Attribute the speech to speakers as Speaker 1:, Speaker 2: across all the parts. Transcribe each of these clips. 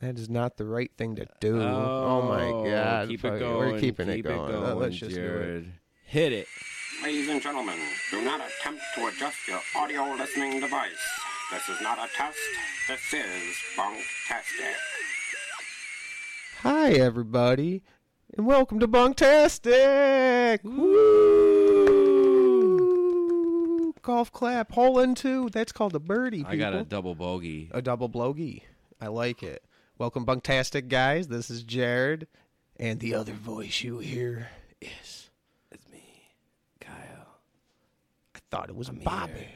Speaker 1: That is not the right thing to do. Oh, my god!
Speaker 2: Keep
Speaker 1: Fuck
Speaker 2: it going.
Speaker 1: We're keeping
Speaker 2: keep
Speaker 1: it going. Let- Let's just do it.
Speaker 2: Jared. Hit it.
Speaker 3: Ladies and gentlemen, do not attempt to adjust your audio listening device. This is not a test. This is Bunktastic.
Speaker 1: Hi everybody, and welcome to Bunktastic. Woo! Golf clap, hole in two. That's called a birdie. People.
Speaker 2: I got a double bogey.
Speaker 1: a double blogey. I like it. Welcome, Bunktastic guys. This is Jared, and the other voice you hear is
Speaker 2: It's me, Kyle.
Speaker 1: I thought it was Bobby.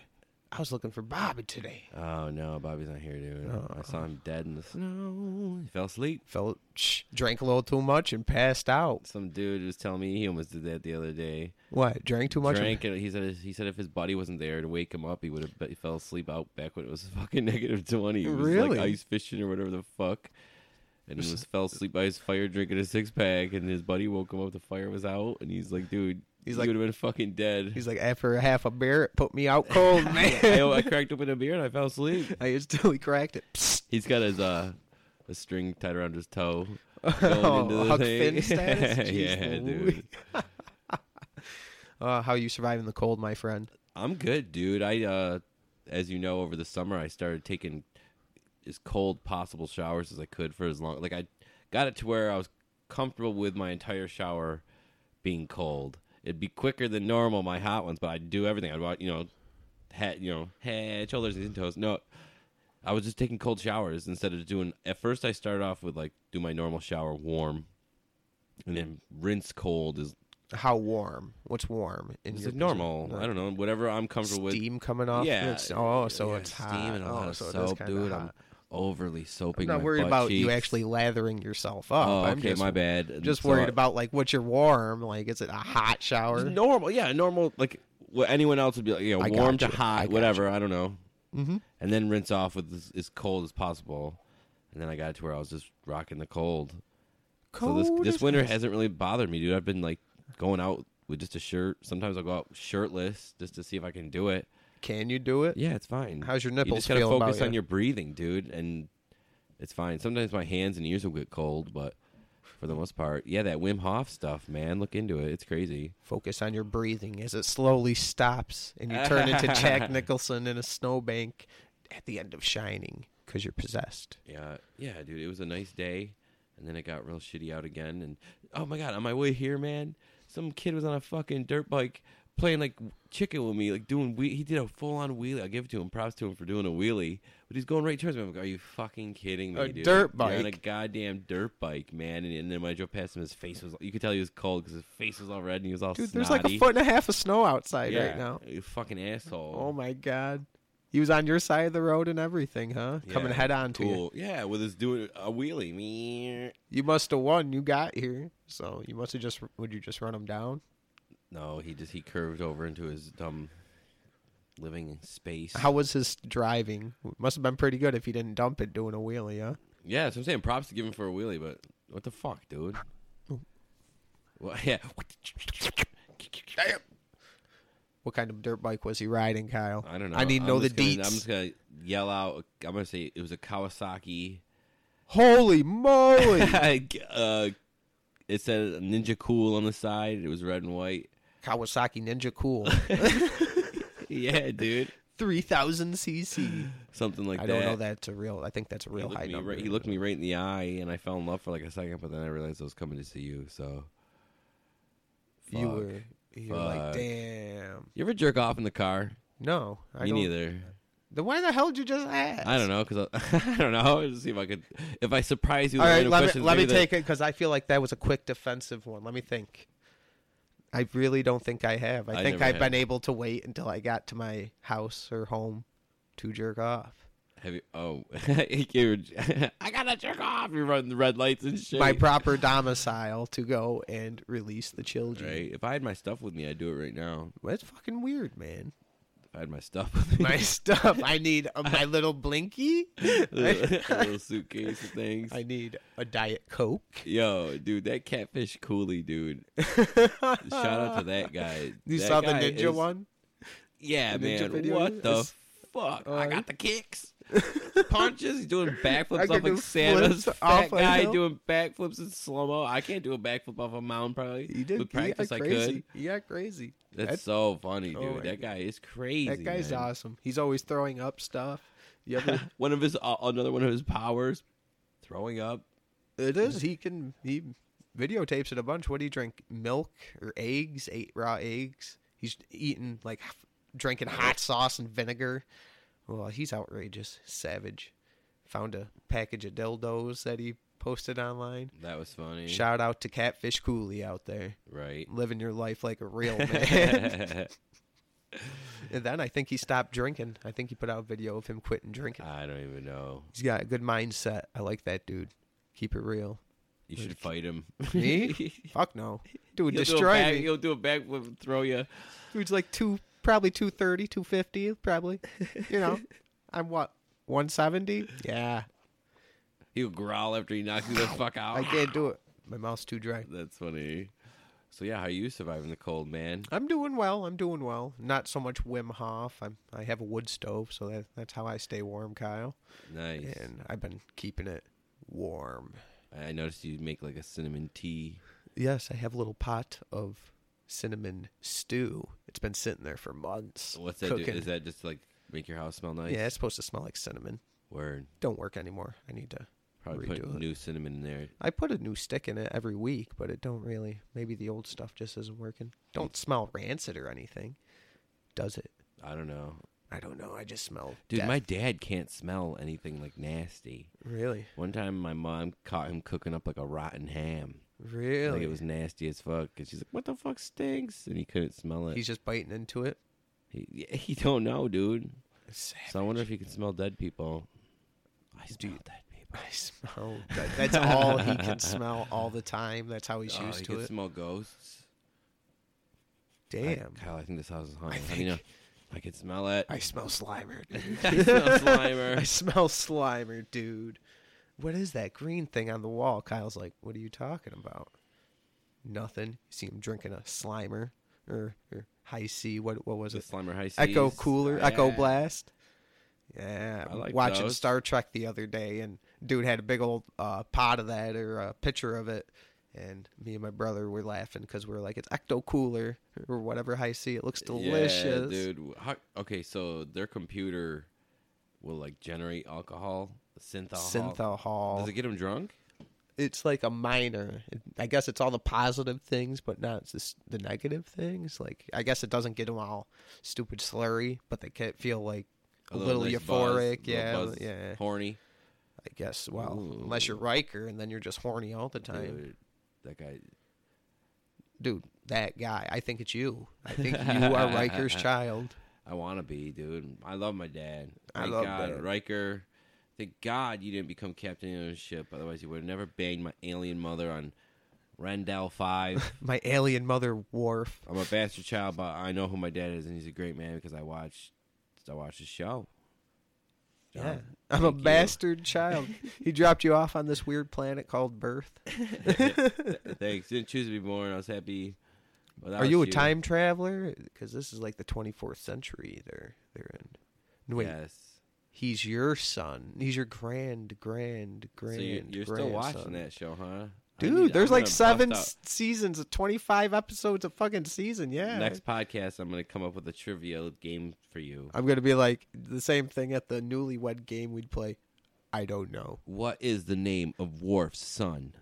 Speaker 1: I was looking for Bobby today.
Speaker 2: Oh no, Bobby's not here, dude.
Speaker 1: Oh.
Speaker 2: I saw him dead in the snow. He fell asleep.
Speaker 1: Felt shh, drank a little too much and passed out.
Speaker 2: Some dude was telling me he almost did that the other day.
Speaker 1: What? Drank too much. and-
Speaker 2: Drank and he said he said if his buddy wasn't there to wake him up, he would have he fell asleep out back when it was fucking negative twenty. He was
Speaker 1: Really?
Speaker 2: like ice fishing or whatever the fuck. And he was fell asleep by his fire drinking a six pack, and his buddy woke him up. The fire was out, and he's like, "Dude,
Speaker 1: He's
Speaker 2: you
Speaker 1: like-
Speaker 2: would have been fucking dead."
Speaker 1: He's like, after a half a beer, it put me out cold, man.
Speaker 2: I, I cracked open a beer and I fell asleep.
Speaker 1: I just totally cracked it. Psst.
Speaker 2: He's got his uh, a string tied around his toe.
Speaker 1: Oh,
Speaker 2: Going into the
Speaker 1: Huck Finn
Speaker 2: thing.
Speaker 1: status? Jeez
Speaker 2: yeah,
Speaker 1: Louise.
Speaker 2: dude.
Speaker 1: Uh, how you surviving the cold, my friend?
Speaker 2: I'm good, dude. I, uh, as you know, over the summer I started taking as cold possible showers as I could for as long. Like I got it to where I was comfortable with my entire shower being cold. It'd be quicker than normal my hot ones, but I'd do everything. I'd wa- you know, head, you know, head, shoulders, knees, and toes. No, I was just taking cold showers instead of doing. At first, I started off with like do my normal shower warm, and then rinse cold is
Speaker 1: How warm? What's warm? In
Speaker 2: is
Speaker 1: your
Speaker 2: like normal. I don't know, whatever I'm comfortable with.
Speaker 1: Steam coming off.
Speaker 2: Yeah.
Speaker 1: It's- oh, so
Speaker 2: Yeah,
Speaker 1: it's
Speaker 2: steam
Speaker 1: hot.
Speaker 2: and a
Speaker 1: oh,
Speaker 2: lot of
Speaker 1: so it is
Speaker 2: soap,
Speaker 1: kinda
Speaker 2: dude.
Speaker 1: hot.
Speaker 2: I'm overly soaping.
Speaker 1: I'm not
Speaker 2: my
Speaker 1: worried
Speaker 2: butt
Speaker 1: about you
Speaker 2: cheeks.
Speaker 1: actually lathering yourself up.
Speaker 2: Oh,
Speaker 1: I'm
Speaker 2: okay,
Speaker 1: just,
Speaker 2: my bad. And
Speaker 1: Just
Speaker 2: so
Speaker 1: worried
Speaker 2: I-
Speaker 1: about like what you're warm. Like, is it a hot shower?
Speaker 2: normal. Yeah, normal. Like what anyone else would be like, you know,
Speaker 1: I
Speaker 2: warm
Speaker 1: gotcha,
Speaker 2: to
Speaker 1: I
Speaker 2: hot,
Speaker 1: gotcha.
Speaker 2: whatever. I don't know. Mm-hmm. And then rinse off with as, as cold as possible. And then I got it to where I was just rocking the cold.
Speaker 1: Cold
Speaker 2: so this
Speaker 1: as-
Speaker 2: this winter hasn't really bothered me, dude. I've been like going out with just a shirt. Sometimes I'll go out shirtless just to see if I can do it.
Speaker 1: Can you do it?
Speaker 2: Yeah, it's fine.
Speaker 1: How's your
Speaker 2: You
Speaker 1: nipples
Speaker 2: just gotta
Speaker 1: feel about
Speaker 2: focus on
Speaker 1: you?
Speaker 2: your breathing, dude, and it's fine. Sometimes my hands and ears will get cold, but for the most part, yeah, that Wim Hof stuff, man. Look into it; it's crazy.
Speaker 1: Focus on your breathing as it slowly stops and you turn into Jack Nicholson in a snowbank at the end of Shining because you're possessed.
Speaker 2: Yeah, yeah, dude. It was a nice day, and then it got real shitty out again. And oh my god, on my way here, man, some kid was on a fucking dirt bike playing like chicken with me, like doing. Whe- he did a full on wheelie. I give it to him. Props to him for doing a wheelie. But he's going right towards me. I'm like, are you fucking kidding me?
Speaker 1: A
Speaker 2: dude?
Speaker 1: dirt
Speaker 2: You're on a
Speaker 1: bike.
Speaker 2: goddamn dirt bike, man. And, and then when I drove past him, his face was. You could tell he was cold because his face was all red and he was all.
Speaker 1: Dude,
Speaker 2: snotty.
Speaker 1: there's like a foot and a half of snow outside
Speaker 2: yeah,
Speaker 1: right now.
Speaker 2: You fucking asshole.
Speaker 1: Oh my god. He was on your side of the road and everything, huh? Coming
Speaker 2: Yeah,
Speaker 1: head on to you.
Speaker 2: cool. Yeah, with his doing a wheelie. Me.
Speaker 1: You must have won. You got here. So you must have just would you just run him down?
Speaker 2: No, he just he curved over into his dumb living space.
Speaker 1: How was his driving? Must have been pretty good if he didn't dump it doing a wheelie, huh?
Speaker 2: yeah, that's what I'm saying. Props to give him for a wheelie, but what the fuck, dude? Well, yeah.
Speaker 1: What kind of dirt bike was he riding, Kyle?
Speaker 2: I don't know.
Speaker 1: I need to
Speaker 2: I'm
Speaker 1: know the
Speaker 2: just gonna-
Speaker 1: deets.
Speaker 2: I'm just gonna yell out. I'm gonna say it was a Kawasaki.
Speaker 1: Holy moly!
Speaker 2: uh, it said Ninja Cool on the side. It was red and white.
Speaker 1: Kawasaki Ninja Cool,
Speaker 2: Yeah, dude.
Speaker 1: three thousand cc.
Speaker 2: Something like
Speaker 1: I
Speaker 2: that.
Speaker 1: don't know that's a real. I think that's a
Speaker 2: He
Speaker 1: real
Speaker 2: looked
Speaker 1: high
Speaker 2: me
Speaker 1: number.
Speaker 2: right- he looked me right in the eye, and I fell in love for like a second, but then I realized I was coming to see you. So
Speaker 1: You
Speaker 2: Fuck.
Speaker 1: were. You were
Speaker 2: Fuck.
Speaker 1: like, damn.
Speaker 2: You ever jerk off in the car?
Speaker 1: No, I
Speaker 2: Me
Speaker 1: don't.
Speaker 2: neither.
Speaker 1: Then why the hell did you just ask?
Speaker 2: I don't know because I, I don't know. I'll just see if I could if I surprise you.
Speaker 1: All
Speaker 2: with
Speaker 1: right,
Speaker 2: random
Speaker 1: let me
Speaker 2: questions,
Speaker 1: let me
Speaker 2: maybe that-
Speaker 1: take it because I feel like that was a quick defensive one. Let me think. I really don't think I have. I,
Speaker 2: I
Speaker 1: think
Speaker 2: never
Speaker 1: I've
Speaker 2: have.
Speaker 1: been able to wait until I got to my house or home to jerk off.
Speaker 2: Have you, oh, you were- I gotta jerk off. You're running the red lights and shit.
Speaker 1: My proper domicile to go and release the children.
Speaker 2: right? If I had my stuff with me, I'd do it right now.
Speaker 1: Well, That's fucking weird, man.
Speaker 2: If I had my stuff with me,
Speaker 1: My stuff. I need a, my little blinky. I,
Speaker 2: a little suitcase of things.
Speaker 1: I need a diet coke.
Speaker 2: Yo, dude, that catfish coolie, dude. Shout out to that guy.
Speaker 1: You
Speaker 2: That
Speaker 1: saw the
Speaker 2: guy
Speaker 1: ninja
Speaker 2: is-
Speaker 1: one?
Speaker 2: Yeah,
Speaker 1: The ninja
Speaker 2: man.
Speaker 1: video?
Speaker 2: What the
Speaker 1: It's-
Speaker 2: fuck?
Speaker 1: Oh,
Speaker 2: I
Speaker 1: yeah.
Speaker 2: got the kicks. punches. He's doing
Speaker 1: I
Speaker 2: backflips
Speaker 1: can
Speaker 2: off
Speaker 1: do
Speaker 2: like Santa's
Speaker 1: flips
Speaker 2: fat
Speaker 1: off a
Speaker 2: guy
Speaker 1: hill.
Speaker 2: doing backflips in slow mo. I can't do a backflip off a mountain probably.
Speaker 1: You did.
Speaker 2: With practice,
Speaker 1: he
Speaker 2: I
Speaker 1: got crazy.
Speaker 2: could.
Speaker 1: He got crazy.
Speaker 2: That's,
Speaker 1: That's-
Speaker 2: so funny, dude.
Speaker 1: Oh my
Speaker 2: that guy is crazy.
Speaker 1: that guy's
Speaker 2: man.
Speaker 1: awesome. He's always throwing up stuff. You ever,
Speaker 2: One of his uh, another one of his powers, throwing up.
Speaker 1: it is. He can. He videotapes it a bunch. What do you drink? Milk or eggs? Eight raw eggs. He's eating like h- drinking hot sauce and vinegar. Well, he's outrageous, savage. Found a package of dildos that he posted online.
Speaker 2: That was funny,
Speaker 1: Shout out to Catfish Cooley out there,
Speaker 2: right?
Speaker 1: living your life like a real man. and then I think he stopped drinking. I think he put out a video of him quitting drinking.
Speaker 2: I don't even know.
Speaker 1: He's got a good mindset. I like that dude. Keep it real.
Speaker 2: You should fight him.
Speaker 1: Me? Fuck no. Dude,
Speaker 2: He'll do a
Speaker 1: destroy
Speaker 2: back-
Speaker 1: me.
Speaker 2: He'll do a backflip and throw you.
Speaker 1: Dude's like two, probably 230, 250, probably. You know, I'm what, 170? Yeah.
Speaker 2: He'll growl after he knocks you the fuck out.
Speaker 1: I can't do it. My mouth's too dry.
Speaker 2: That's funny. So yeah, how are you surviving the cold, man?
Speaker 1: I'm doing well. I'm doing well. Not so much Wim Hof. I'm, I have a wood stove, so that, that's how I stay warm, Kyle.
Speaker 2: Nice.
Speaker 1: And I've been keeping it warm.
Speaker 2: I noticed you make like a cinnamon tea.
Speaker 1: Yes, I have a little pot of cinnamon stew. It's been sitting there for months.
Speaker 2: What's that? Do? Is that just like make your house smell nice?
Speaker 1: Yeah, it's supposed to smell like cinnamon.
Speaker 2: Word.
Speaker 1: Don't work anymore. I need to
Speaker 2: Probably
Speaker 1: redo
Speaker 2: put
Speaker 1: it.
Speaker 2: new cinnamon in there.
Speaker 1: I put a new stick in it every week, but it don't really. Maybe the old stuff just isn't working. Don't smell rancid or anything, does it?
Speaker 2: I don't know,
Speaker 1: I don't know. I just smell.
Speaker 2: dude.
Speaker 1: death.
Speaker 2: My dad can't smell anything like nasty.
Speaker 1: really,
Speaker 2: One time, my mom caught him cooking up like a rotten ham.
Speaker 1: really.
Speaker 2: Like it was nasty as fuck. And she's like, "What the fuck stinks?" And he couldn't smell it.
Speaker 1: He's just biting into it.
Speaker 2: He, yeah, he don't know, dude.
Speaker 1: Savage.
Speaker 2: So I wonder if he can smell dead people. I smell dead people.
Speaker 1: I smell. That, that's all he can smell all the time. That's how he's
Speaker 2: Oh,
Speaker 1: used
Speaker 2: he
Speaker 1: to
Speaker 2: can
Speaker 1: it.
Speaker 2: smell ghosts. I-
Speaker 1: Damn.
Speaker 2: Kyle, I think this house is haunted.
Speaker 1: I
Speaker 2: How do you know?
Speaker 1: think-
Speaker 2: I can smell it.
Speaker 1: I smell Slimer. dude.
Speaker 2: I smell
Speaker 1: I
Speaker 2: Slimer.
Speaker 1: smell Slimer, dude. What is that green thing on the wall? Kyle's like, what are you talking about? Nothing. You see him drinking a Slimer or, or High C. What what was
Speaker 2: The
Speaker 1: it?
Speaker 2: Slimer High
Speaker 1: Echo
Speaker 2: Seas.
Speaker 1: Cooler, Echo
Speaker 2: Yeah.
Speaker 1: Blast. Yeah,
Speaker 2: I like
Speaker 1: watching
Speaker 2: those.
Speaker 1: Star Trek the other day, and dude had a big old uh, pot of that or a picture of it, and me and my brother were laughing because we were like, it's Ecto Cooler or whatever High C. It looks delicious.
Speaker 2: Yeah, dude. How, okay, so their computer will like generate alcohol, synthol.
Speaker 1: Synthahol.
Speaker 2: Does it get them drunk?
Speaker 1: it's like a minor. I guess it's all the positive things, but not the, s- the negative things. Like I guess it doesn't get them all stupid slurry, but they can feel like a, little,
Speaker 2: nice buzz,
Speaker 1: euphoric.
Speaker 2: little
Speaker 1: yeah,
Speaker 2: buzz,
Speaker 1: yeah.
Speaker 2: Horny.
Speaker 1: I guess. Well, unless you're Riker, and then you're just horny all the time, dude.
Speaker 2: Dude, that
Speaker 1: that
Speaker 2: guy.
Speaker 1: guy. I think it's you. I think you are Riker's child.
Speaker 2: I want to be, dude. I love my dad.
Speaker 1: I
Speaker 2: Thank
Speaker 1: love
Speaker 2: God,
Speaker 1: Dad.
Speaker 2: Riker. Thank God you didn't become captain of the ship. Otherwise, you would have never banged my alien mother on Rendell Five.
Speaker 1: My alien mother, Worf.
Speaker 2: I'm a bastard child, but I know who my dad is, and he's a great man because I watched, I watched his show.
Speaker 1: Yeah,
Speaker 2: John,
Speaker 1: I'm a
Speaker 2: thank you.
Speaker 1: bastard child. he dropped you off on this weird planet called Birth.
Speaker 2: Thanks. Didn't choose to be born. I was happy. without
Speaker 1: Are you a time traveler? Because this is like the 24th century they're they're in. No, Wait,
Speaker 2: Yes.
Speaker 1: he's your son. He's your grand, grand, grand.
Speaker 2: so you're, you're still watching
Speaker 1: grandson.
Speaker 2: that show, huh? I
Speaker 1: dude?
Speaker 2: need-
Speaker 1: there's
Speaker 2: I'm
Speaker 1: like
Speaker 2: gonna
Speaker 1: seven
Speaker 2: bust
Speaker 1: s- seasons, of 25 episodes a fucking season.
Speaker 2: out-
Speaker 1: Yeah.
Speaker 2: Next podcast, I'm gonna come up with a trivia game for you.
Speaker 1: I'm gonna be like the same thing at the newlywed game we'd play. I don't know,
Speaker 2: What is the name of Worf's son?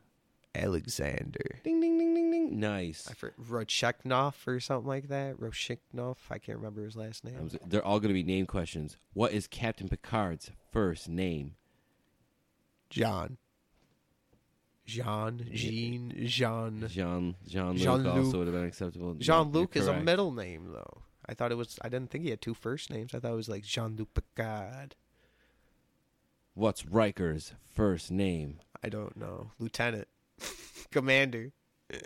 Speaker 1: Alexander.
Speaker 2: Ding ding ding ding ding. Nice.
Speaker 1: I for Rocheknov or something like that. Rocheknov. I can't remember his last name.
Speaker 2: I was- They're all gonna be name questions. What is Captain Picard's first name?
Speaker 1: John. Jean, Jean, Jean.
Speaker 2: Jean Jean Luc
Speaker 1: Jean-Luc.
Speaker 2: also would have been acceptable.
Speaker 1: Jean Luc
Speaker 2: You're
Speaker 1: is a
Speaker 2: correct.
Speaker 1: middle name though. I thought it was. I didn't think he had two first names. I thought it was like Jean Luc Picard.
Speaker 2: What's Riker's first name?
Speaker 1: I don't know. Lieutenant, Commander.
Speaker 2: I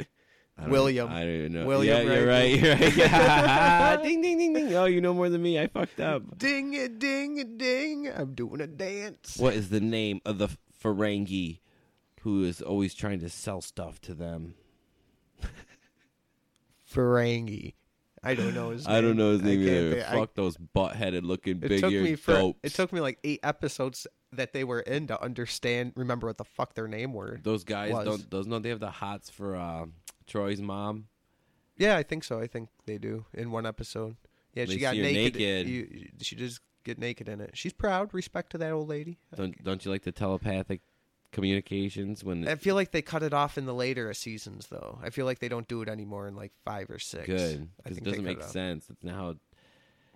Speaker 2: don't-
Speaker 1: William.
Speaker 2: I don't even know.
Speaker 1: William
Speaker 2: yeah, you're
Speaker 1: Riker.
Speaker 2: right. You're right. Yeah. ding, ding, ding, ding. Oh, you know more than me. I fucked up.
Speaker 1: Ding a ding a ding. I'm doing a dance.
Speaker 2: What is the name of the Ferengi who is always trying to sell stuff to them?
Speaker 1: Ferengi. I don't know his name.
Speaker 2: I don't know his name
Speaker 1: I can't
Speaker 2: either.
Speaker 1: think- I-
Speaker 2: Fuck those butt-headed looking
Speaker 1: it
Speaker 2: big
Speaker 1: took me
Speaker 2: eared
Speaker 1: for
Speaker 2: dopes.
Speaker 1: it took me like eight episodes that they were in to understand, remember what the fuck their name were.
Speaker 2: those guys
Speaker 1: was.
Speaker 2: don't. Those no, they have the hots for uh, Troy's mom.
Speaker 1: Yeah, I think so. I think they do in one episode. Yeah,
Speaker 2: They
Speaker 1: she got
Speaker 2: see her
Speaker 1: naked.
Speaker 2: naked.
Speaker 1: You- you- she just get naked in it. She's proud. Respect to that old lady.
Speaker 2: Don't don't you like the telepathic communications when
Speaker 1: I feel like they cut it off in the later seasons, though. I feel like they don't do it anymore in like five or six.
Speaker 2: good?
Speaker 1: I
Speaker 2: 'Cause
Speaker 1: think
Speaker 2: it doesn't make sense. It's now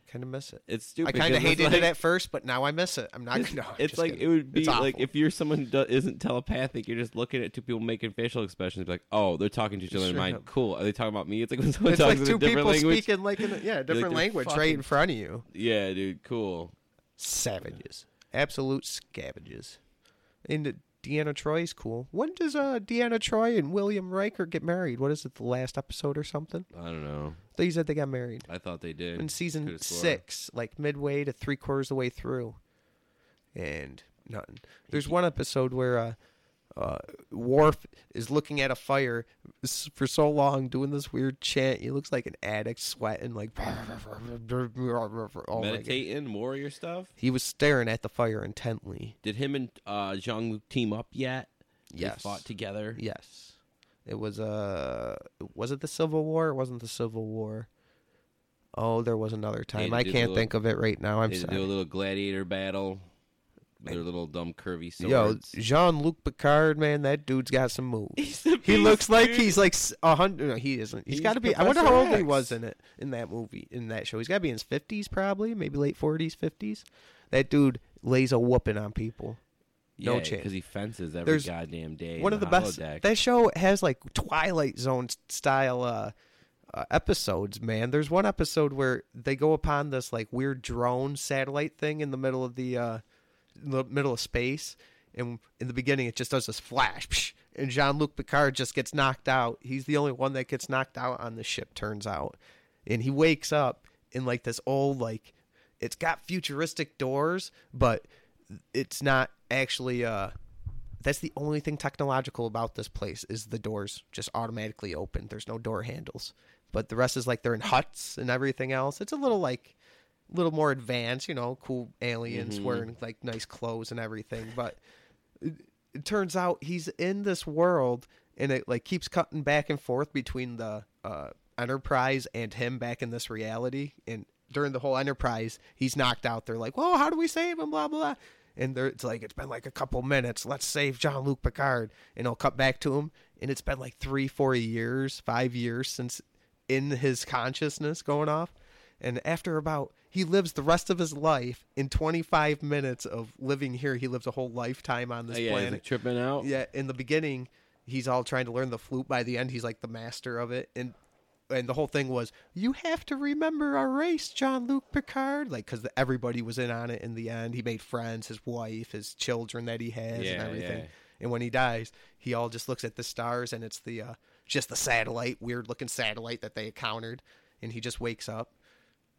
Speaker 1: Kind of miss it.
Speaker 2: it's stupid.
Speaker 1: I kind
Speaker 2: 'cause
Speaker 1: of
Speaker 2: it's
Speaker 1: hated
Speaker 2: like-
Speaker 1: it at first, but now I miss it. I'm not
Speaker 2: It's,
Speaker 1: gonna.
Speaker 2: it's
Speaker 1: just
Speaker 2: like
Speaker 1: kidding.
Speaker 2: it would be
Speaker 1: It's
Speaker 2: like
Speaker 1: awful.
Speaker 2: if you're someone who do- isn't telepathic, you're just looking at two people making facial expressions, be like, "Oh, they're talking to each other in
Speaker 1: Straight
Speaker 2: mind.
Speaker 1: up.
Speaker 2: Cool. Are they talking about me? It's like when someone
Speaker 1: it's
Speaker 2: talks
Speaker 1: like
Speaker 2: in
Speaker 1: two
Speaker 2: a different
Speaker 1: people
Speaker 2: language.
Speaker 1: speaking like in a, yeah, a different
Speaker 2: "They're
Speaker 1: language right
Speaker 2: fucking-
Speaker 1: in front of you.
Speaker 2: Yeah, dude. Cool.
Speaker 1: Savages, absolute scavenges. And uh, Deanna Troy's cool. When does uh Deanna Troy and William Riker get married? What is it? The last episode or something?
Speaker 2: I don't know.
Speaker 1: They said they got married.
Speaker 2: I thought they did
Speaker 1: in season
Speaker 2: Coulda swore.
Speaker 1: six, like midway to three quarters of the way through, and nothing. There's one episode where uh, uh, Worf is looking at a fire s- for so long, doing this weird chant. He looks like an addict, sweating like. Oh my God.
Speaker 2: Meditating warrior stuff.
Speaker 1: He was staring at the fire intently.
Speaker 2: Did him and uh, Zhang Luke team up yet?
Speaker 1: Yes.
Speaker 2: They fought together.
Speaker 1: Yes. It was uh was it the Civil War? It wasn't the Civil War. Oh, there was another time.
Speaker 2: had
Speaker 1: I
Speaker 2: to do
Speaker 1: can't
Speaker 2: the-
Speaker 1: think of it right now. I'm
Speaker 2: They did
Speaker 1: sorry.
Speaker 2: do a little gladiator battle. With their little dumb curvy
Speaker 1: Yo,
Speaker 2: swords.
Speaker 1: Jean Luc Picard, man, that dude's got some moves.
Speaker 2: He's the
Speaker 1: He
Speaker 2: beast,
Speaker 1: looks like
Speaker 2: dude.
Speaker 1: he's like s- a hundred. No, he isn't. he's
Speaker 2: He's
Speaker 1: got to be. I wonder how
Speaker 2: Professor
Speaker 1: old he
Speaker 2: X.
Speaker 1: was in it in that movie in that show. He's got to be in his fifties, probably, maybe late forties, fifties. That dude lays a whooping on people. no chance.
Speaker 2: because he fences every
Speaker 1: There's
Speaker 2: goddamn day.
Speaker 1: One
Speaker 2: in
Speaker 1: of the best.
Speaker 2: holodeck.
Speaker 1: That show has like Twilight Zone s- style uh, uh, episodes. Man, there's one episode where they go upon this like weird drone satellite thing in the middle of the uh, in the middle of space, and in the beginning it just does this flash, psh, and Jean Luc Picard just gets knocked out. He's the only one that gets knocked out on the ship. Turns out, and he wakes up in like this old like it's got futuristic doors, but it's not actually uh that's the only thing technological about this place is the doors just automatically open. There's no door handles. But the rest is like they're in huts and everything else. It's a little like a little more advanced, you know, cool aliens wearing like nice clothes and everything, but it turns out he's in this world and it like keeps cutting back and forth between the uh, enterprise and him back in this reality and during the whole enterprise he's knocked out they're like whoa how do we save him blah blah and they're, it's like it's been like a couple minutes let's save john luke picard and i'll cut back to him and it's been like three four years five years since in his consciousness going off and after about, he lives the rest of his life in 25 minutes of living here. He lives a whole lifetime on this
Speaker 2: Oh, yeah, he's,
Speaker 1: planet.
Speaker 2: like, tripping out.
Speaker 1: yeah, in the beginning, he's all trying to learn the flute. By the end, he's like the master of it. And and the whole thing was, you have to remember our race, John Luke Picard. Like, because everybody was in on it in the end. He made friends, his wife, his children that he has, and
Speaker 2: Yeah,
Speaker 1: everything.
Speaker 2: yeah.
Speaker 1: And when he dies, he all just looks at the stars, and it's the uh, just the satellite, weird looking satellite that they encountered. And he just wakes up,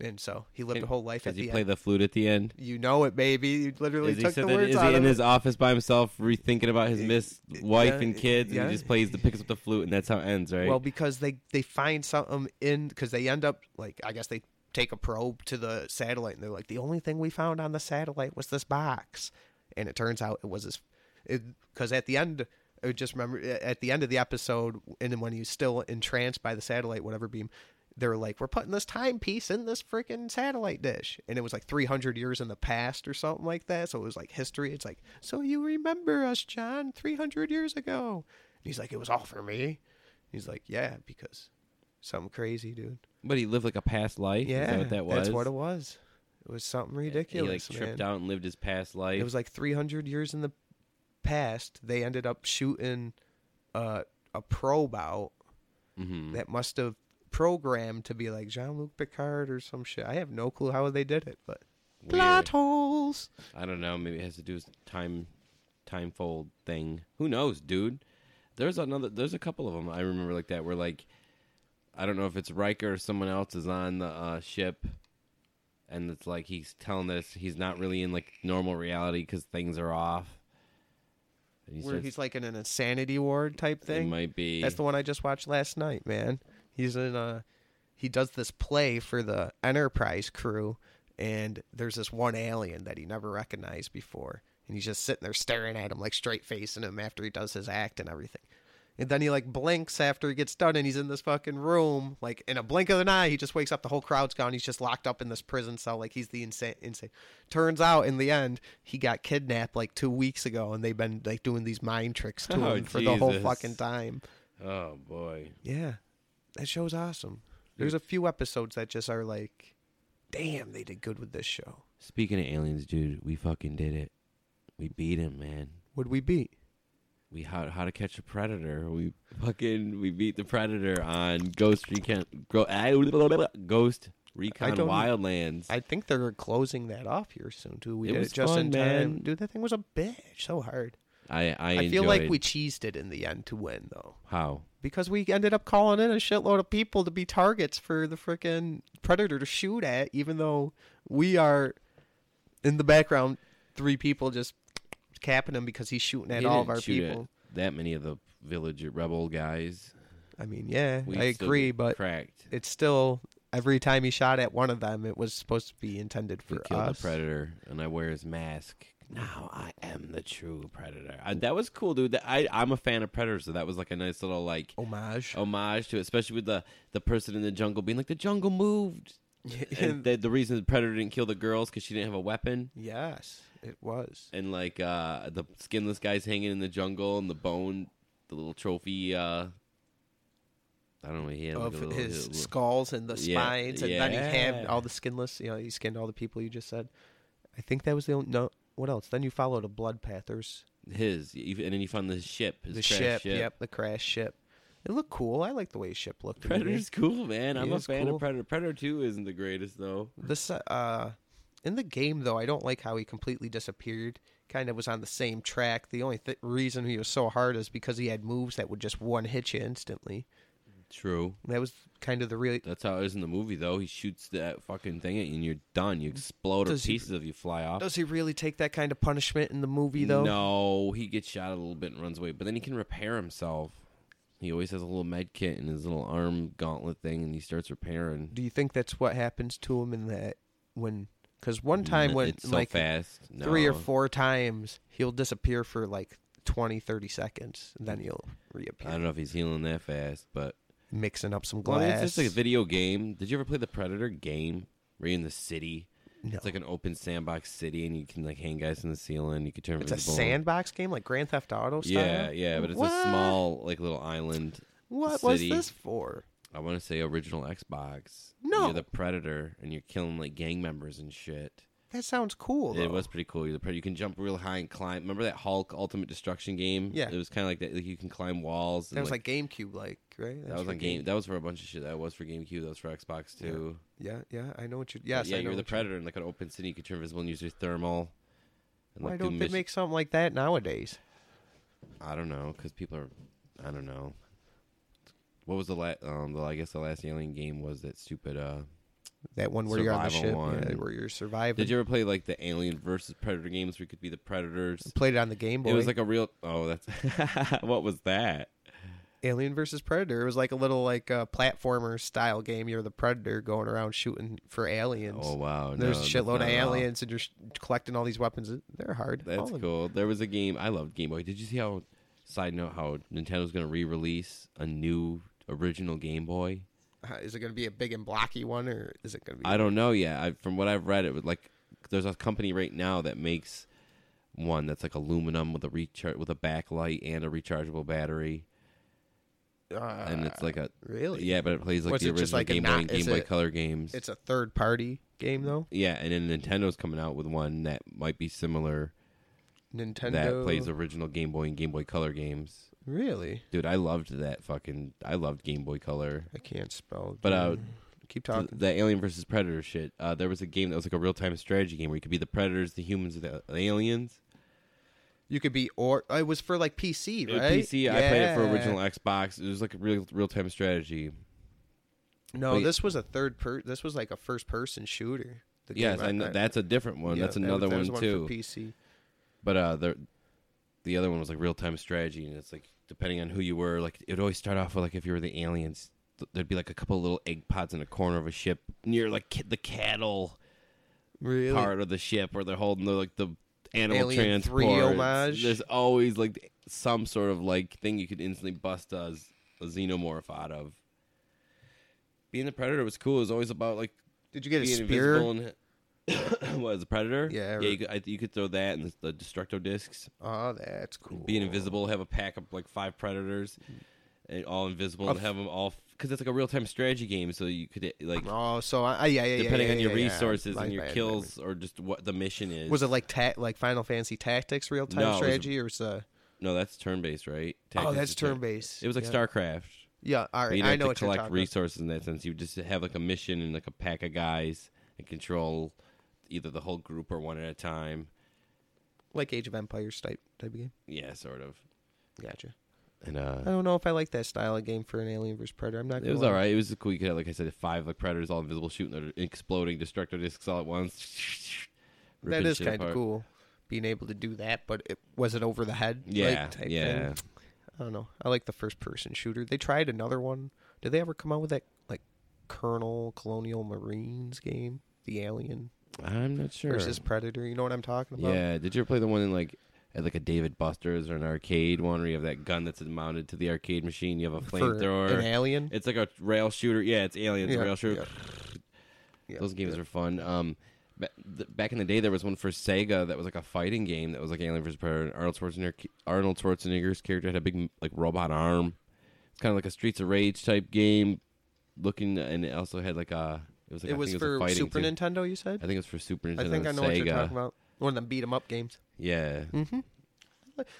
Speaker 1: and so he lived a whole life
Speaker 2: Does
Speaker 1: at
Speaker 2: he
Speaker 1: the
Speaker 2: play
Speaker 1: end.
Speaker 2: the flute at the end?
Speaker 1: you know it, baby. You literally
Speaker 2: Is he,
Speaker 1: took the
Speaker 2: sitting,
Speaker 1: words
Speaker 2: is
Speaker 1: out
Speaker 2: he in
Speaker 1: of it.
Speaker 2: his office by himself, rethinking about his missed wife
Speaker 1: yeah,
Speaker 2: and kids, and
Speaker 1: yeah.
Speaker 2: he just plays the picks up the flute, and that's how it ends, right?
Speaker 1: Well, because they they find something in because they end up like I guess they take a probe to the satellite and they're like the only thing we found on the satellite was this box, and it turns out it was this because at the end. I just remember at the end of the episode, and then when he's still entranced by the satellite, whatever beam, they're like, "We're putting this timepiece in this freaking satellite dish," and it was like 300 years in the past or something like that. So it was like history. It's like, "So you remember us, John, 300 years ago?" And he's like, "It was all for me." He's like, yeah, because something crazy, dude.
Speaker 2: but he lived like a past life.
Speaker 1: Yeah,
Speaker 2: is that what that was?
Speaker 1: that's what it was. It was something
Speaker 2: He like
Speaker 1: ridiculous,
Speaker 2: tripped
Speaker 1: man.
Speaker 2: out and lived his past life.
Speaker 1: It was like 300 years in the past. They ended up shooting uh, a probe out
Speaker 2: Mm-hmm. Hmm.
Speaker 1: that must have programmed to be like Jean Luc Picard or some shit. I have no clue how they did it, but plot
Speaker 2: Weird.
Speaker 1: holes.
Speaker 2: I don't know. Maybe it has to do with time, time fold thing. Who knows, dude? There's another. There's a couple of them I remember like that where like, I don't know if it's Riker or someone else is on the uh, ship, and it's like he's telling us he's not really in like normal reality because things are off. And he
Speaker 1: Where
Speaker 2: starts-
Speaker 1: he's like in an insanity ward type
Speaker 2: it
Speaker 1: thing.
Speaker 2: might be.
Speaker 1: That's the one I just watched last night, man. He's in a he does this play for the Enterprise crew, and there's this one alien that he never recognized before, and he's just sitting there staring at him like straight facing him after he does his act and everything. And then he like blinks after he gets done, and he's in this fucking room. Like in a blink of an eye, he just wakes up. The whole crowd's gone. He's just locked up in this prison cell. Like he's the insane. insane. Turns out in the end, he got kidnapped like two weeks ago, and they've been like doing these mind tricks to
Speaker 2: Oh,
Speaker 1: him for the whole
Speaker 2: Jesus.
Speaker 1: fucking time.
Speaker 2: Oh boy.
Speaker 1: Yeah, that show's awesome. There's a few episodes that just are like, damn, they did good with this show.
Speaker 2: Speaking of aliens, dude, we fucking did it. We beat him, man.
Speaker 1: Would we beat?
Speaker 2: We how how to catch a predator. We fucking we beat the predator on Ghost Recon Gro- Ghost Recon
Speaker 1: don't- e-,
Speaker 2: Wildlands.
Speaker 1: I think they're closing that off here soon too. We
Speaker 2: It
Speaker 1: did
Speaker 2: was
Speaker 1: it just
Speaker 2: fun,
Speaker 1: in time,
Speaker 2: man.
Speaker 1: dude. That thing was a bitch, so hard.
Speaker 2: I I,
Speaker 1: I, feel like
Speaker 2: enjoyed-
Speaker 1: we cheesed it in the end to win though,
Speaker 2: how
Speaker 1: because we ended up calling in a shitload of people to be targets for the freaking predator to shoot at, even though we are in the background, three people just capping him because he's shooting at
Speaker 2: He
Speaker 1: all
Speaker 2: didn't
Speaker 1: of our
Speaker 2: shoot at
Speaker 1: people.
Speaker 2: that many of the village rebel guys.
Speaker 1: I mean, yeah,
Speaker 2: We
Speaker 1: I
Speaker 2: still
Speaker 1: agree,
Speaker 2: get
Speaker 1: but
Speaker 2: cracked.
Speaker 1: it's still every time he shot at one of them, it was supposed to be intended for
Speaker 2: We killed
Speaker 1: us.
Speaker 2: the predator, and I wear his mask. Now I am the true predator. I, that was cool, dude. That- I I'm a fan of predator, so that was like a nice little like
Speaker 1: Homage.
Speaker 2: homage to it, especially with the the person in the jungle being like the jungle moved. Oh, and the, the reason the predator didn't kill the girls because she didn't have a weapon.
Speaker 1: yes, it was.
Speaker 2: And like uh, the skinless guys hanging in the jungle and the bone, the little trophy. Uh, I don't know. He had like
Speaker 1: Of
Speaker 2: a little,
Speaker 1: his
Speaker 2: little-
Speaker 1: skulls and the
Speaker 2: Yeah,
Speaker 1: spines, and then he had
Speaker 2: yeah.
Speaker 1: all the skinless. You know, he skinned all the people you just said. I think that was the only. No, what else? Then you followed a blood path. There's
Speaker 2: his, and then he found the ship. His
Speaker 1: the
Speaker 2: crash
Speaker 1: ship, Yep, the crash ship. It looked cool. I like the way his ship looked. in the movie.
Speaker 2: Predator's cool, man.
Speaker 1: He
Speaker 2: I'm a
Speaker 1: is
Speaker 2: fan
Speaker 1: cool.
Speaker 2: of Predator. Predator Two isn't the greatest though.
Speaker 1: This uh in the game though, I don't like how he completely disappeared. Kind of was on the same track. The only th- reason he was so hard is because he had moves that would just one hit you instantly.
Speaker 2: True.
Speaker 1: That was kind of the real.
Speaker 2: That's how it is in the movie, though. He shoots that fucking thing at you, and you're done. You explode, or
Speaker 1: Does he-
Speaker 2: pieces of you fly off.
Speaker 1: Does he really take that kind of punishment in the movie though?
Speaker 2: No, he gets shot a little bit and runs away, but then he can repair himself. He always has a little med kit and his little arm gauntlet thing, and he starts repairing.
Speaker 1: Do you think that's what happens to him in that when? Because one time when
Speaker 2: it's so
Speaker 1: like
Speaker 2: fast,
Speaker 1: three or
Speaker 2: No.
Speaker 1: four times he'll disappear for like 20, 30 seconds, and then he'll
Speaker 2: I
Speaker 1: reappear,
Speaker 2: don't know if he's healing that fast, but
Speaker 1: mixing up some
Speaker 2: well,
Speaker 1: glass.
Speaker 2: I mean, it's just like a video game. Did you ever play the Predator game? Where you're in the city.
Speaker 1: No.
Speaker 2: It's like an open sandbox city, and you can like hang guys in the ceiling. You can turn.
Speaker 1: It's a
Speaker 2: invisible.
Speaker 1: sandbox game like Grand Theft Auto style.
Speaker 2: Yeah, yeah, but it's
Speaker 1: What?
Speaker 2: a small like little island.
Speaker 1: What
Speaker 2: city.
Speaker 1: was this for?
Speaker 2: I want to say original Xbox.
Speaker 1: No.
Speaker 2: you're the Predator, and you're killing like gang members and shit.
Speaker 1: That sounds cool.
Speaker 2: It
Speaker 1: though.
Speaker 2: was pretty cool. You're the Predator. You can jump real high and climb. Remember that Hulk Ultimate Destruction game?
Speaker 1: Yeah.
Speaker 2: it was kind of like that. Like you can climb walls. And
Speaker 1: That was like GameCube, like right?
Speaker 2: that was
Speaker 1: for
Speaker 2: on game. That was for a bunch of shit. That was for GameCube. That was for Xbox too.
Speaker 1: Yeah, yeah. I know what you.
Speaker 2: But
Speaker 1: Yes,
Speaker 2: yeah.
Speaker 1: I know.
Speaker 2: You're the
Speaker 1: what you-
Speaker 2: Predator in like an open city. You can turn invisible and use your thermal. And,
Speaker 1: Why
Speaker 2: like, do
Speaker 1: don't they
Speaker 2: miss-
Speaker 1: make something like that nowadays?
Speaker 2: I don't know because people are. I don't know. What was the last? Um, the, I guess the last Alien game was that stupid. Uh,
Speaker 1: That one where you're on the
Speaker 2: Survival
Speaker 1: ship, yeah,
Speaker 2: one.
Speaker 1: where you're surviving.
Speaker 2: did you ever play like the Alien versus Predator games where you could be the Predators?
Speaker 1: played it on the Game Boy?
Speaker 2: It was like a real. Oh, that's what was that?
Speaker 1: Alien versus Predator. It was like a little like uh, platformer style game. You're the predator going around shooting for aliens.
Speaker 2: Oh wow!
Speaker 1: There's
Speaker 2: no,
Speaker 1: a
Speaker 2: that's
Speaker 1: shitload
Speaker 2: not
Speaker 1: of
Speaker 2: at all.
Speaker 1: aliens, and you're sh- collecting all these weapons. They're hard.
Speaker 2: That's
Speaker 1: All of-
Speaker 2: cool. There was a game I loved Game Boy. Did you see how? Side note: How Nintendo's going to re-release a new original Game Boy?
Speaker 1: Uh, Is it going to be a big and blocky one, or is it going to be?
Speaker 2: I don't know yet. I, from what I've read, it was like there's a company right now that makes one that's like aluminum with a recharge with a backlight and a rechargeable battery,
Speaker 1: Uh,
Speaker 2: and it's like a
Speaker 1: really?
Speaker 2: yeah, but it plays like
Speaker 1: Was
Speaker 2: the
Speaker 1: it just
Speaker 2: original
Speaker 1: like a
Speaker 2: Game Boy
Speaker 1: not-
Speaker 2: and
Speaker 1: is
Speaker 2: Game Boy
Speaker 1: it-
Speaker 2: Color games.
Speaker 1: It's a third party game though.
Speaker 2: yeah, and then Nintendo's coming out with one that might be similar
Speaker 1: Nintendo
Speaker 2: that plays original Game Boy and Game Boy Color games.
Speaker 1: really.
Speaker 2: Dude, I loved that fucking. I loved Game Boy Color.
Speaker 1: I can't spell.
Speaker 2: But uh,
Speaker 1: keep
Speaker 2: th-
Speaker 1: talking.
Speaker 2: the Alien versus Predator shit. Uh, there was a game that was like a real time strategy game where you could be the predators, the humans, the aliens.
Speaker 1: You could be or it was for like PC,
Speaker 2: Uh,
Speaker 1: right?
Speaker 2: PC. I played it for
Speaker 1: Yeah.
Speaker 2: original Xbox. It was like a real real time strategy.
Speaker 1: No,
Speaker 2: Wait.
Speaker 1: this was a third per. This was like a first person shooter. The
Speaker 2: Yes,
Speaker 1: game
Speaker 2: I know.
Speaker 1: I-
Speaker 2: That's a different one.
Speaker 1: yeah,
Speaker 2: that's
Speaker 1: that was-
Speaker 2: another
Speaker 1: that was
Speaker 2: one
Speaker 1: for
Speaker 2: too.
Speaker 1: PC.
Speaker 2: But uh, the the other one was like real time strategy, and it's like depending on who you were, like it would always start off with like if you were the aliens, there'd be like a couple little egg pods in a corner of a ship near like ca- the cattle
Speaker 1: Really?
Speaker 2: part of the ship where they're holding the like the animal
Speaker 1: Alien
Speaker 2: transport.
Speaker 1: three homage.
Speaker 2: There's always like some sort of like thing you could instantly bust a, z- a xenomorph out of. Being the predator was cool. It was always about like
Speaker 1: Did you get a
Speaker 2: being
Speaker 1: spear?
Speaker 2: invisible and was a predator.
Speaker 1: Yeah,
Speaker 2: yeah.
Speaker 1: or-
Speaker 2: You could, I, you could throw that and the, the destructo discs.
Speaker 1: Oh, that's cool.
Speaker 2: Being invisible, have a pack of like five predators, and all invisible, and have them all because it's like a real time strategy game. So you could eh, like
Speaker 1: Oh, so I, I- yeah, yeah, yeah,
Speaker 2: depending
Speaker 1: yeah,
Speaker 2: on your
Speaker 1: yeah, yeah.
Speaker 2: resources
Speaker 1: My
Speaker 2: and your
Speaker 1: bad, my
Speaker 2: kills or just what the mission is.
Speaker 1: bad. Was it like ta- like Final Fantasy Tactics real time
Speaker 2: No, it was-
Speaker 1: strategy, or was uh,
Speaker 2: No, that's turn based, right?
Speaker 1: oh,
Speaker 2: Tactics
Speaker 1: that's
Speaker 2: is turn-
Speaker 1: turn based.
Speaker 2: It was like
Speaker 1: yeah.
Speaker 2: StarCraft.
Speaker 1: Yeah, all
Speaker 2: But you
Speaker 1: right,
Speaker 2: didn't
Speaker 1: I
Speaker 2: have
Speaker 1: know
Speaker 2: to
Speaker 1: what you're
Speaker 2: collect
Speaker 1: talking
Speaker 2: resources in that sense. You just have like a mission and like a pack of guys and control either the whole group or one at a time.
Speaker 1: about. Like Age of Empires type type of game.
Speaker 2: Yeah, sort of.
Speaker 1: Gotcha.
Speaker 2: And
Speaker 1: I
Speaker 2: uh,
Speaker 1: don't know if I like that style of game for an Alien vs Predator. I'm not.
Speaker 2: it
Speaker 1: Gonna
Speaker 2: was
Speaker 1: lie.
Speaker 2: all right. It was cool. You could have, like I said, five like predators all invisible shooting their exploding destructor discs all at once.
Speaker 1: That
Speaker 2: Ripping
Speaker 1: is
Speaker 2: shit
Speaker 1: kind of
Speaker 2: apart.
Speaker 1: cool, being able to do that. But it was it over the head? like,
Speaker 2: Yeah,
Speaker 1: type
Speaker 2: yeah.
Speaker 1: thing? I don't know. I like the first person shooter. They tried another one. Did they ever come out with that like Colonel Colonial Marines game? The Alien
Speaker 2: I'm not sure.
Speaker 1: versus Predator. You know what I'm talking about?
Speaker 2: Yeah, did you ever play the one in like at like a David Buster's or an arcade one where you have that gun that's mounted to the arcade machine? You have a
Speaker 1: For
Speaker 2: flamethrower.
Speaker 1: an Alien.
Speaker 2: It's like a rail shooter. Yeah, it's aliens.
Speaker 1: Yeah,
Speaker 2: rail shooter.
Speaker 1: Yeah,
Speaker 2: Those games were fun. Um, ba- th- back in the day, there was one for Sega that was like a fighting game that was like Alien vs Predator. And Arnold Schwarzenegger, Arnold Schwarzenegger's character had a big like robot arm. It's kind of like a Streets of Rage type game, looking, and it also had like a. It was like
Speaker 1: It
Speaker 2: I
Speaker 1: was
Speaker 2: think
Speaker 1: for
Speaker 2: it was a fighting
Speaker 1: Super
Speaker 2: too.
Speaker 1: Nintendo. You
Speaker 2: I
Speaker 1: said?
Speaker 2: think it was for Super Nintendo.
Speaker 1: I think I
Speaker 2: and
Speaker 1: know
Speaker 2: Sega.
Speaker 1: what you're talking about. One of them beat 'em up games.
Speaker 2: Yeah. Mm-hmm.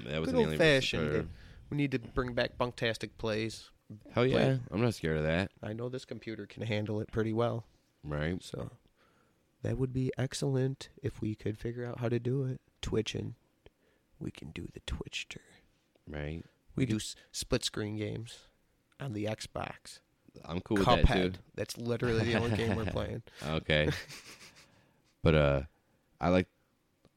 Speaker 2: That was
Speaker 1: Good
Speaker 2: an Alien
Speaker 1: old
Speaker 2: versus
Speaker 1: fashioned
Speaker 2: Predator.
Speaker 1: game. We need to bring back bunktastic plays.
Speaker 2: Hell yeah.
Speaker 1: Play.
Speaker 2: I'm not scared of that.
Speaker 1: I know this computer can handle it pretty well.
Speaker 2: Right.
Speaker 1: So that would be excellent if we could figure out how to do it. Twitching. We can do the Twitchter.
Speaker 2: Right.
Speaker 1: We do s- split screen games on the Xbox.
Speaker 2: I'm cool with that
Speaker 1: Cuphead.
Speaker 2: too.
Speaker 1: That's literally the only game we're playing.
Speaker 2: Okay. but uh I like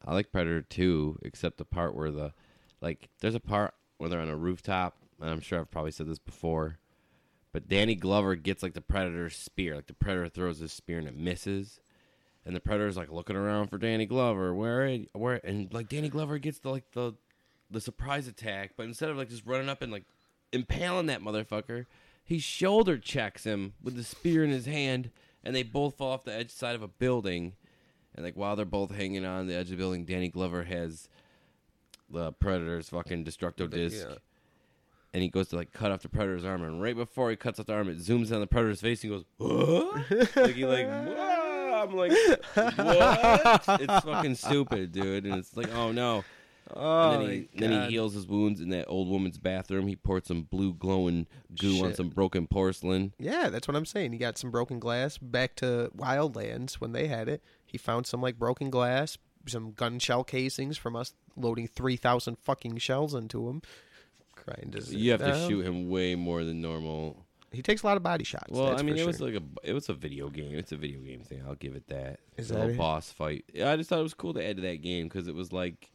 Speaker 2: I like Predator 2 except the part where the like there's a part where they're on a rooftop and I'm sure I've probably said this before but Danny Glover gets like the Predator's spear like the Predator throws his spear and it misses and the Predator's like looking around for Danny Glover where where and like Danny Glover gets the like the the surprise attack but instead of like just running up and like impaling that motherfucker he shoulder checks him with the spear in his hand and they both fall off the edge side of a building and like while they're both hanging on the edge of the building, Danny Glover has the Predator's fucking destructo disc.
Speaker 1: yeah.
Speaker 2: And he goes to like cut off the Predator's arm, and right before he cuts off the arm, it zooms in on the Predator's face and goes, What? like he like "Whoa." I'm like, what? It's fucking stupid, dude. And it's like, oh no.
Speaker 1: Oh,
Speaker 2: and then he, then he heals his wounds in that old woman's bathroom. He poured some blue glowing goo on
Speaker 1: Shit.
Speaker 2: some broken porcelain.
Speaker 1: Yeah, that's what I'm saying. He got some broken glass back to Wildlands when they had it. He found some like broken glass, some gun shell casings from us loading three thousand fucking shells into him. Crying to
Speaker 2: You have to
Speaker 1: down.
Speaker 2: shoot him way more than normal.
Speaker 1: He takes a lot of body shots.
Speaker 2: Well,
Speaker 1: that's
Speaker 2: I mean,
Speaker 1: for
Speaker 2: it was
Speaker 1: sure.
Speaker 2: like a it was a video game. It's a video game thing. I'll give it that.
Speaker 1: Is
Speaker 2: It's a
Speaker 1: that
Speaker 2: little
Speaker 1: it?
Speaker 2: boss fight. Yeah, I just thought it was cool to add to that game because it was like,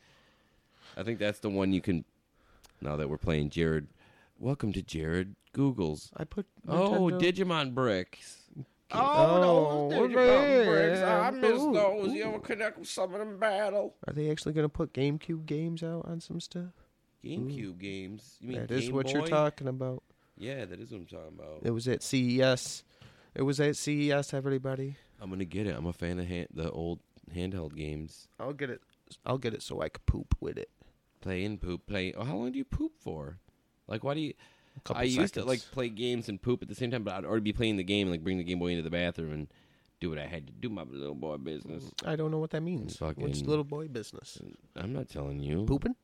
Speaker 2: I think that's the one you can. Now that we're playing Jared, welcome to Jared Google's.
Speaker 1: I put.
Speaker 2: Oh,
Speaker 1: Nintendo-
Speaker 2: Digimon bricks.
Speaker 1: Oh,
Speaker 2: those
Speaker 1: yeah. Ooh, ooh.
Speaker 2: You ever connect with some of them battle?
Speaker 1: Are they actually going to put GameCube games out on some stuff?
Speaker 2: GameCube games. You mean
Speaker 1: That is
Speaker 2: Game
Speaker 1: what you're
Speaker 2: Boy?
Speaker 1: talking about.
Speaker 2: Yeah, that is what I'm talking about.
Speaker 1: It was at CES. It was at CES. Everybody,
Speaker 2: I'm gonna get it. I'm a fan of hand, the old handheld games.
Speaker 1: I'll get it. I'll get it so I could poop with it.
Speaker 2: play and poop play oh, how long do you poop for like why do you
Speaker 1: A couple
Speaker 2: i used to
Speaker 1: seconds.
Speaker 2: like play games and poop at the same time but i'd already be playing the game and like bring the game boy into the bathroom and do what i had to do my little boy business
Speaker 1: I don't know what that means. What's
Speaker 2: fucking-
Speaker 1: little boy business?
Speaker 2: i'm not telling you
Speaker 1: Pooping?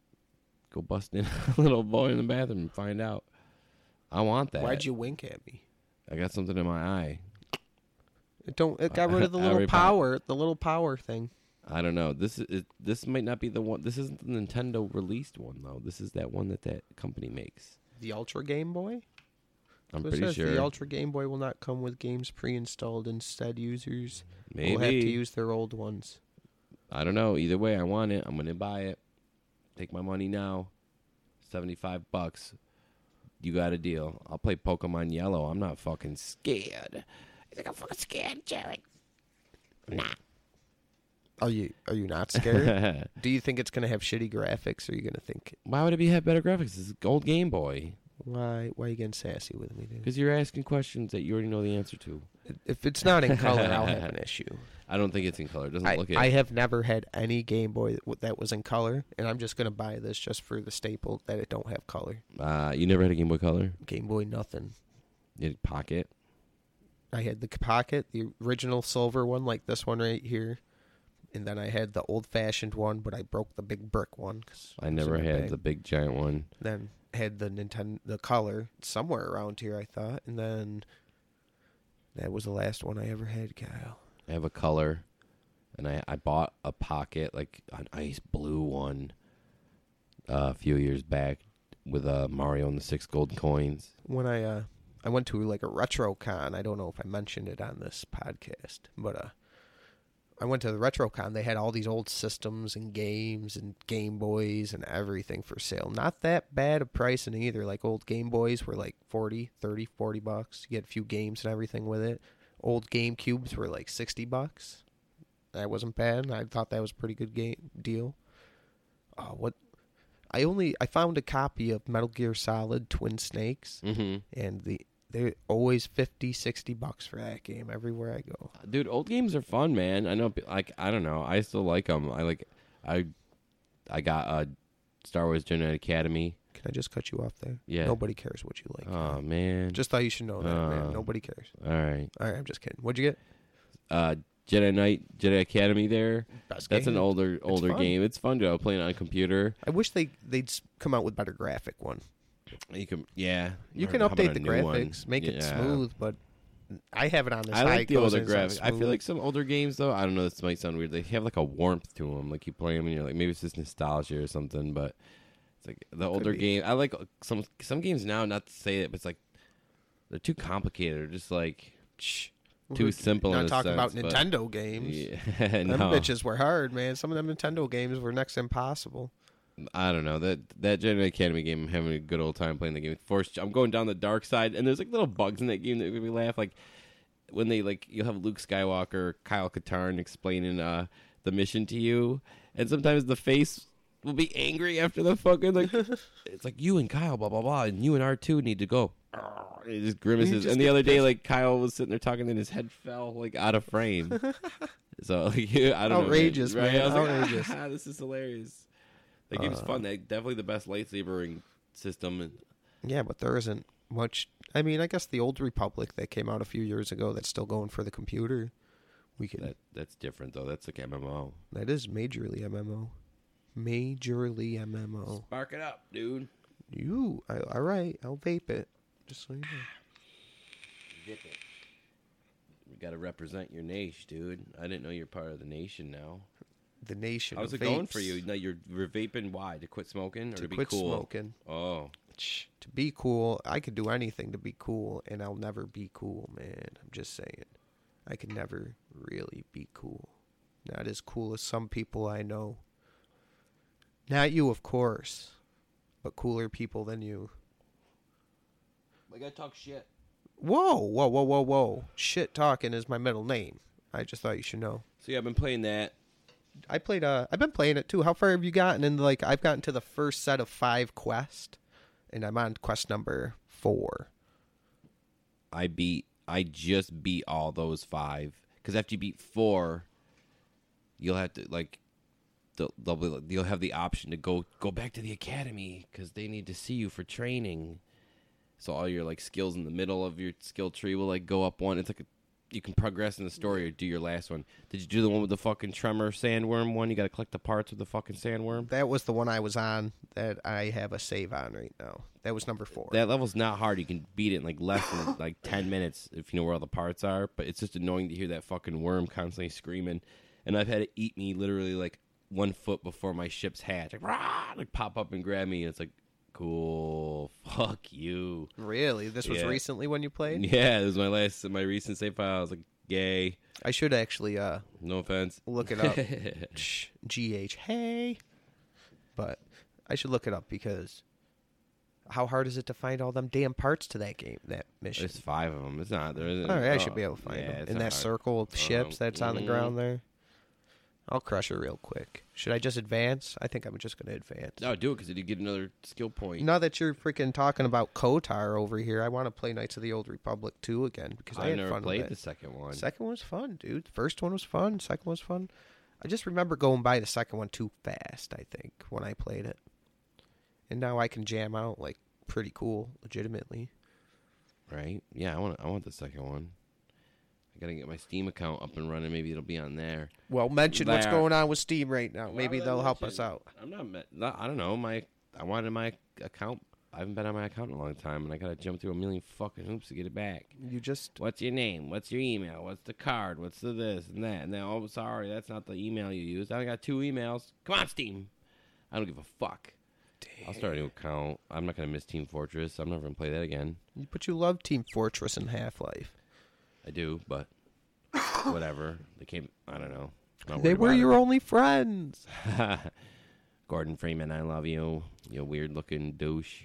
Speaker 2: go bust in a little boy in the bathroom and find out i want that
Speaker 1: Why'd you wink at me?
Speaker 2: i got something in my eye
Speaker 1: It don't. It got rid of the little
Speaker 2: Everybody-
Speaker 1: power. The little power thing.
Speaker 2: i don't know this is it, this might not be the one this isn't the nintendo released one though this is that one that that company makes
Speaker 1: The Ultra Game Boy.
Speaker 2: i'm
Speaker 1: So it
Speaker 2: pretty
Speaker 1: says
Speaker 2: sure
Speaker 1: the Ultra Game Boy will not come with games pre-installed. Instead, users
Speaker 2: maybe
Speaker 1: will have to use their old ones.
Speaker 2: I don't know. Either way, I want it. I'm gonna buy it. Take my money now. Seventy-five bucks. you got a deal. I'll play Pokemon Yellow. I'm not fucking scared. He's like, I'm fucking scared, Jared. I'm not.
Speaker 1: Are you are you not scared? Do you think it's gonna have shitty graphics? Or are you gonna think
Speaker 2: Why would it be have better graphics? It's an old Game Boy.
Speaker 1: why why are you getting sassy with me, dude?
Speaker 2: Because you're asking questions that you already know the answer to.
Speaker 1: If it's not in color, I'll have an issue.
Speaker 2: I don't think it's in color. It doesn't
Speaker 1: I,
Speaker 2: look it.
Speaker 1: I have never had any Game Boy that w- that was in color, and I'm just gonna buy this just for the staple that it don't have color.
Speaker 2: uh, you never had a Game Boy Color?
Speaker 1: Game Boy, nothing.
Speaker 2: You had Pocket?
Speaker 1: I had the pocket, the original silver one, like this one right here, and then I had the old fashioned one, but I broke the big brick one. 'cause
Speaker 2: I
Speaker 1: it was in
Speaker 2: never
Speaker 1: a
Speaker 2: had
Speaker 1: bag.
Speaker 2: the big giant one.
Speaker 1: Then had the Nintendo, the color somewhere around here, I thought, and then that was the last one I ever had, Kyle.
Speaker 2: I have a color, and I, I bought a pocket like an ice blue one uh, a few years back with uh, Mario and the six gold coins.
Speaker 1: When I uh, I went to like a retro con. I don't know if I mentioned it on this podcast, but uh. I went to the RetroCon. They had all these old systems and games and Game Boys and everything for sale. Not that bad of pricing either. Like old Game Boys were like 40, 30, 40 bucks. You get a few games and everything with it. Old Game Cubes were like 60 bucks. That wasn't bad. I thought that was a pretty good game deal. Oh, what I only I found a copy of Metal Gear Solid Twin Snakes
Speaker 2: Mm-hmm.
Speaker 1: and the they're always 50, 60 bucks for that game everywhere I go.
Speaker 2: Dude, old games are fun, man. I know, like I don't know. I still like them. I like, I, I got uh, Star Wars Jedi Academy.
Speaker 1: Can I just cut you off there?
Speaker 2: Yeah.
Speaker 1: Nobody cares what you like.
Speaker 2: Oh man.
Speaker 1: just thought you should know that,
Speaker 2: Uh.
Speaker 1: man. Nobody cares.
Speaker 2: all right.
Speaker 1: All right, I'm just kidding. What'd you get?
Speaker 2: Uh, Jedi Knight, Jedi Academy. There.
Speaker 1: Best
Speaker 2: That's an
Speaker 1: game.
Speaker 2: older older
Speaker 1: fun.
Speaker 2: game. It's fun to play it on a computer.
Speaker 1: I wish they they'd s- come out with better graphic one.
Speaker 2: You can yeah.
Speaker 1: You
Speaker 2: Or
Speaker 1: can
Speaker 2: how about
Speaker 1: update
Speaker 2: a
Speaker 1: the
Speaker 2: new one?
Speaker 1: graphics, make it
Speaker 2: Yeah.
Speaker 1: smooth, but I have it on this.
Speaker 2: I
Speaker 1: high,
Speaker 2: like
Speaker 1: it
Speaker 2: the
Speaker 1: goes
Speaker 2: older
Speaker 1: in, so it's
Speaker 2: graphics. I feel
Speaker 1: smooth.
Speaker 2: like some older games, though. I don't know. This might sound weird. They have like a warmth to them. Like you play them, and you're like, maybe it's just nostalgia or something. But it's like the older
Speaker 1: be.
Speaker 2: game. I like uh, some some games now. Not to say it, but it's like they're too complicated. Or just like shh, too
Speaker 1: We're
Speaker 2: simple.
Speaker 1: Not
Speaker 2: in a
Speaker 1: talking about
Speaker 2: sense, but-
Speaker 1: Nintendo games.
Speaker 2: Yeah,
Speaker 1: Them
Speaker 2: no.
Speaker 1: bitches were hard, man. Some of them Nintendo games were next to impossible.
Speaker 2: I don't know that that Jedi Academy game. I'm having a good old time playing the game. Force. I'm going down the dark side, and there's like little bugs in that game that make me laugh. Like when they like you'll have Luke Skywalker, Kyle Katarn explaining uh the mission to you, and sometimes the face will be angry after the fucking like it's like you and Kyle blah blah blah, and you and R two need to go. Arr, It just grimaces.
Speaker 1: You just
Speaker 2: and the
Speaker 1: get
Speaker 2: other day, like Kyle was sitting there talking, and his head fell like out of frame. so like I don't
Speaker 1: Outrageous,
Speaker 2: know, man.
Speaker 1: man.
Speaker 2: I was
Speaker 1: Outrageous. Uh.
Speaker 2: Like, ah, this is hilarious. That game's fun. They definitely the best lightsabering system. And
Speaker 1: Yeah, but there isn't much. I mean, I guess the old Republic that came out a few years ago that's still going for the computer. We can
Speaker 2: that that's different though. That's like MMO.
Speaker 1: that is majorly MMO, majorly MMO.
Speaker 2: Spark it up, dude.
Speaker 1: You I, all right? I'll vape it. Just so you know.
Speaker 2: Dip it. You gotta represent your nation, dude. I didn't know you're part of the nation now.
Speaker 1: The nation.
Speaker 2: How's it
Speaker 1: of
Speaker 2: going for
Speaker 1: vapes.
Speaker 2: you? Now you're, you're vaping. Why? To quit smoking or to,
Speaker 1: to
Speaker 2: be
Speaker 1: quit
Speaker 2: cool?
Speaker 1: smoking?
Speaker 2: Oh,
Speaker 1: To be cool, I could do anything to be cool, and I'll never be cool, man. I'm just saying, I could never really be cool. Not as cool as some people I know. Not you, of course, but cooler people than you.
Speaker 2: like I talk shit.
Speaker 1: Whoa, whoa, whoa, whoa, whoa! Shit talking is my middle name. I just thought you should know.
Speaker 2: So yeah, I've been playing that.
Speaker 1: I played. Uh, I've been playing it too. How far have you gotten? And like, I've gotten to the first set of five quest, and I'm on quest number four.
Speaker 2: I beat. I just beat all those five. Because after you beat four, you'll have to like. They'll, they'll be, you'll have the option to go go back to the academy because they need to see you for training. So all your like skills in the middle of your skill tree will like go up one. It's like a, you can progress in the story or do your last one. Did you do the one with the fucking tremor sandworm one? You got to collect the parts with the fucking sandworm.
Speaker 1: That was the one I was on that I have a save on right now. That was number four.
Speaker 2: That level's not hard. You can beat it in like less than like ten minutes if you know where all the parts are. But it's just annoying to hear that fucking worm constantly screaming. And I've had it eat me literally like one foot before my ship's hatch. Like, rah, like pop up and grab me. And it's like, cool, fuck you.
Speaker 1: really? This was
Speaker 2: Yeah.
Speaker 1: recently when you played?
Speaker 2: Yeah, this is my last, my recent save file. I was like, gay.
Speaker 1: I should actually uh
Speaker 2: No offense.
Speaker 1: look it up. Shh, GH hey. But I should look it up because how hard is it to find all them damn parts to that game, that mission?
Speaker 2: There's five of them. It's not. There isn't.
Speaker 1: All right, I
Speaker 2: oh,
Speaker 1: should be able to find
Speaker 2: yeah,
Speaker 1: them
Speaker 2: it's
Speaker 1: in
Speaker 2: not
Speaker 1: that
Speaker 2: hard.
Speaker 1: circle of ships
Speaker 2: Um,
Speaker 1: that's on the ground there. I'll crush her real quick. Should I just advance? I think I'm just going to advance.
Speaker 2: No, do it because you get another skill point.
Speaker 1: Now that you're freaking talking about Kotar over here, I want to play Knights of the Old Republic 2 again because I,
Speaker 2: I
Speaker 1: had
Speaker 2: never
Speaker 1: fun
Speaker 2: played
Speaker 1: with
Speaker 2: the
Speaker 1: it.
Speaker 2: second one.
Speaker 1: Second one was fun, dude. The first one was fun. Second one was fun. I just remember going by the second one too fast, I think, when I played it. And now I can jam out like pretty cool, legitimately.
Speaker 2: right? Yeah, I want. I want the second one. I gotta get my Steam account up and running. Maybe it'll be on there.
Speaker 1: Well, mention what's
Speaker 2: There.
Speaker 1: going on with Steam right now.
Speaker 2: Why
Speaker 1: Maybe
Speaker 2: would I
Speaker 1: they'll help us
Speaker 2: mention-
Speaker 1: out.
Speaker 2: I'm not, me- not. I don't know. My I wanted my account. I haven't been on my account in a long time, and I gotta jump through a million fucking hoops to get it back.
Speaker 1: You just
Speaker 2: What's your name? What's your email? What's the card? What's the this and that? And then, oh, sorry, that's not the email you used. I only got two emails. Come on, Steam. I don't give a fuck. I'll start a new account. I'm not gonna miss Team Fortress. I'm never gonna play that again.
Speaker 1: but you love Team Fortress and Half Life.
Speaker 2: I do, but whatever. They came. I don't know. Not
Speaker 1: They
Speaker 2: worried
Speaker 1: were
Speaker 2: about
Speaker 1: your only friends.
Speaker 2: it. Gordon Freeman, I love you. You weird looking douche.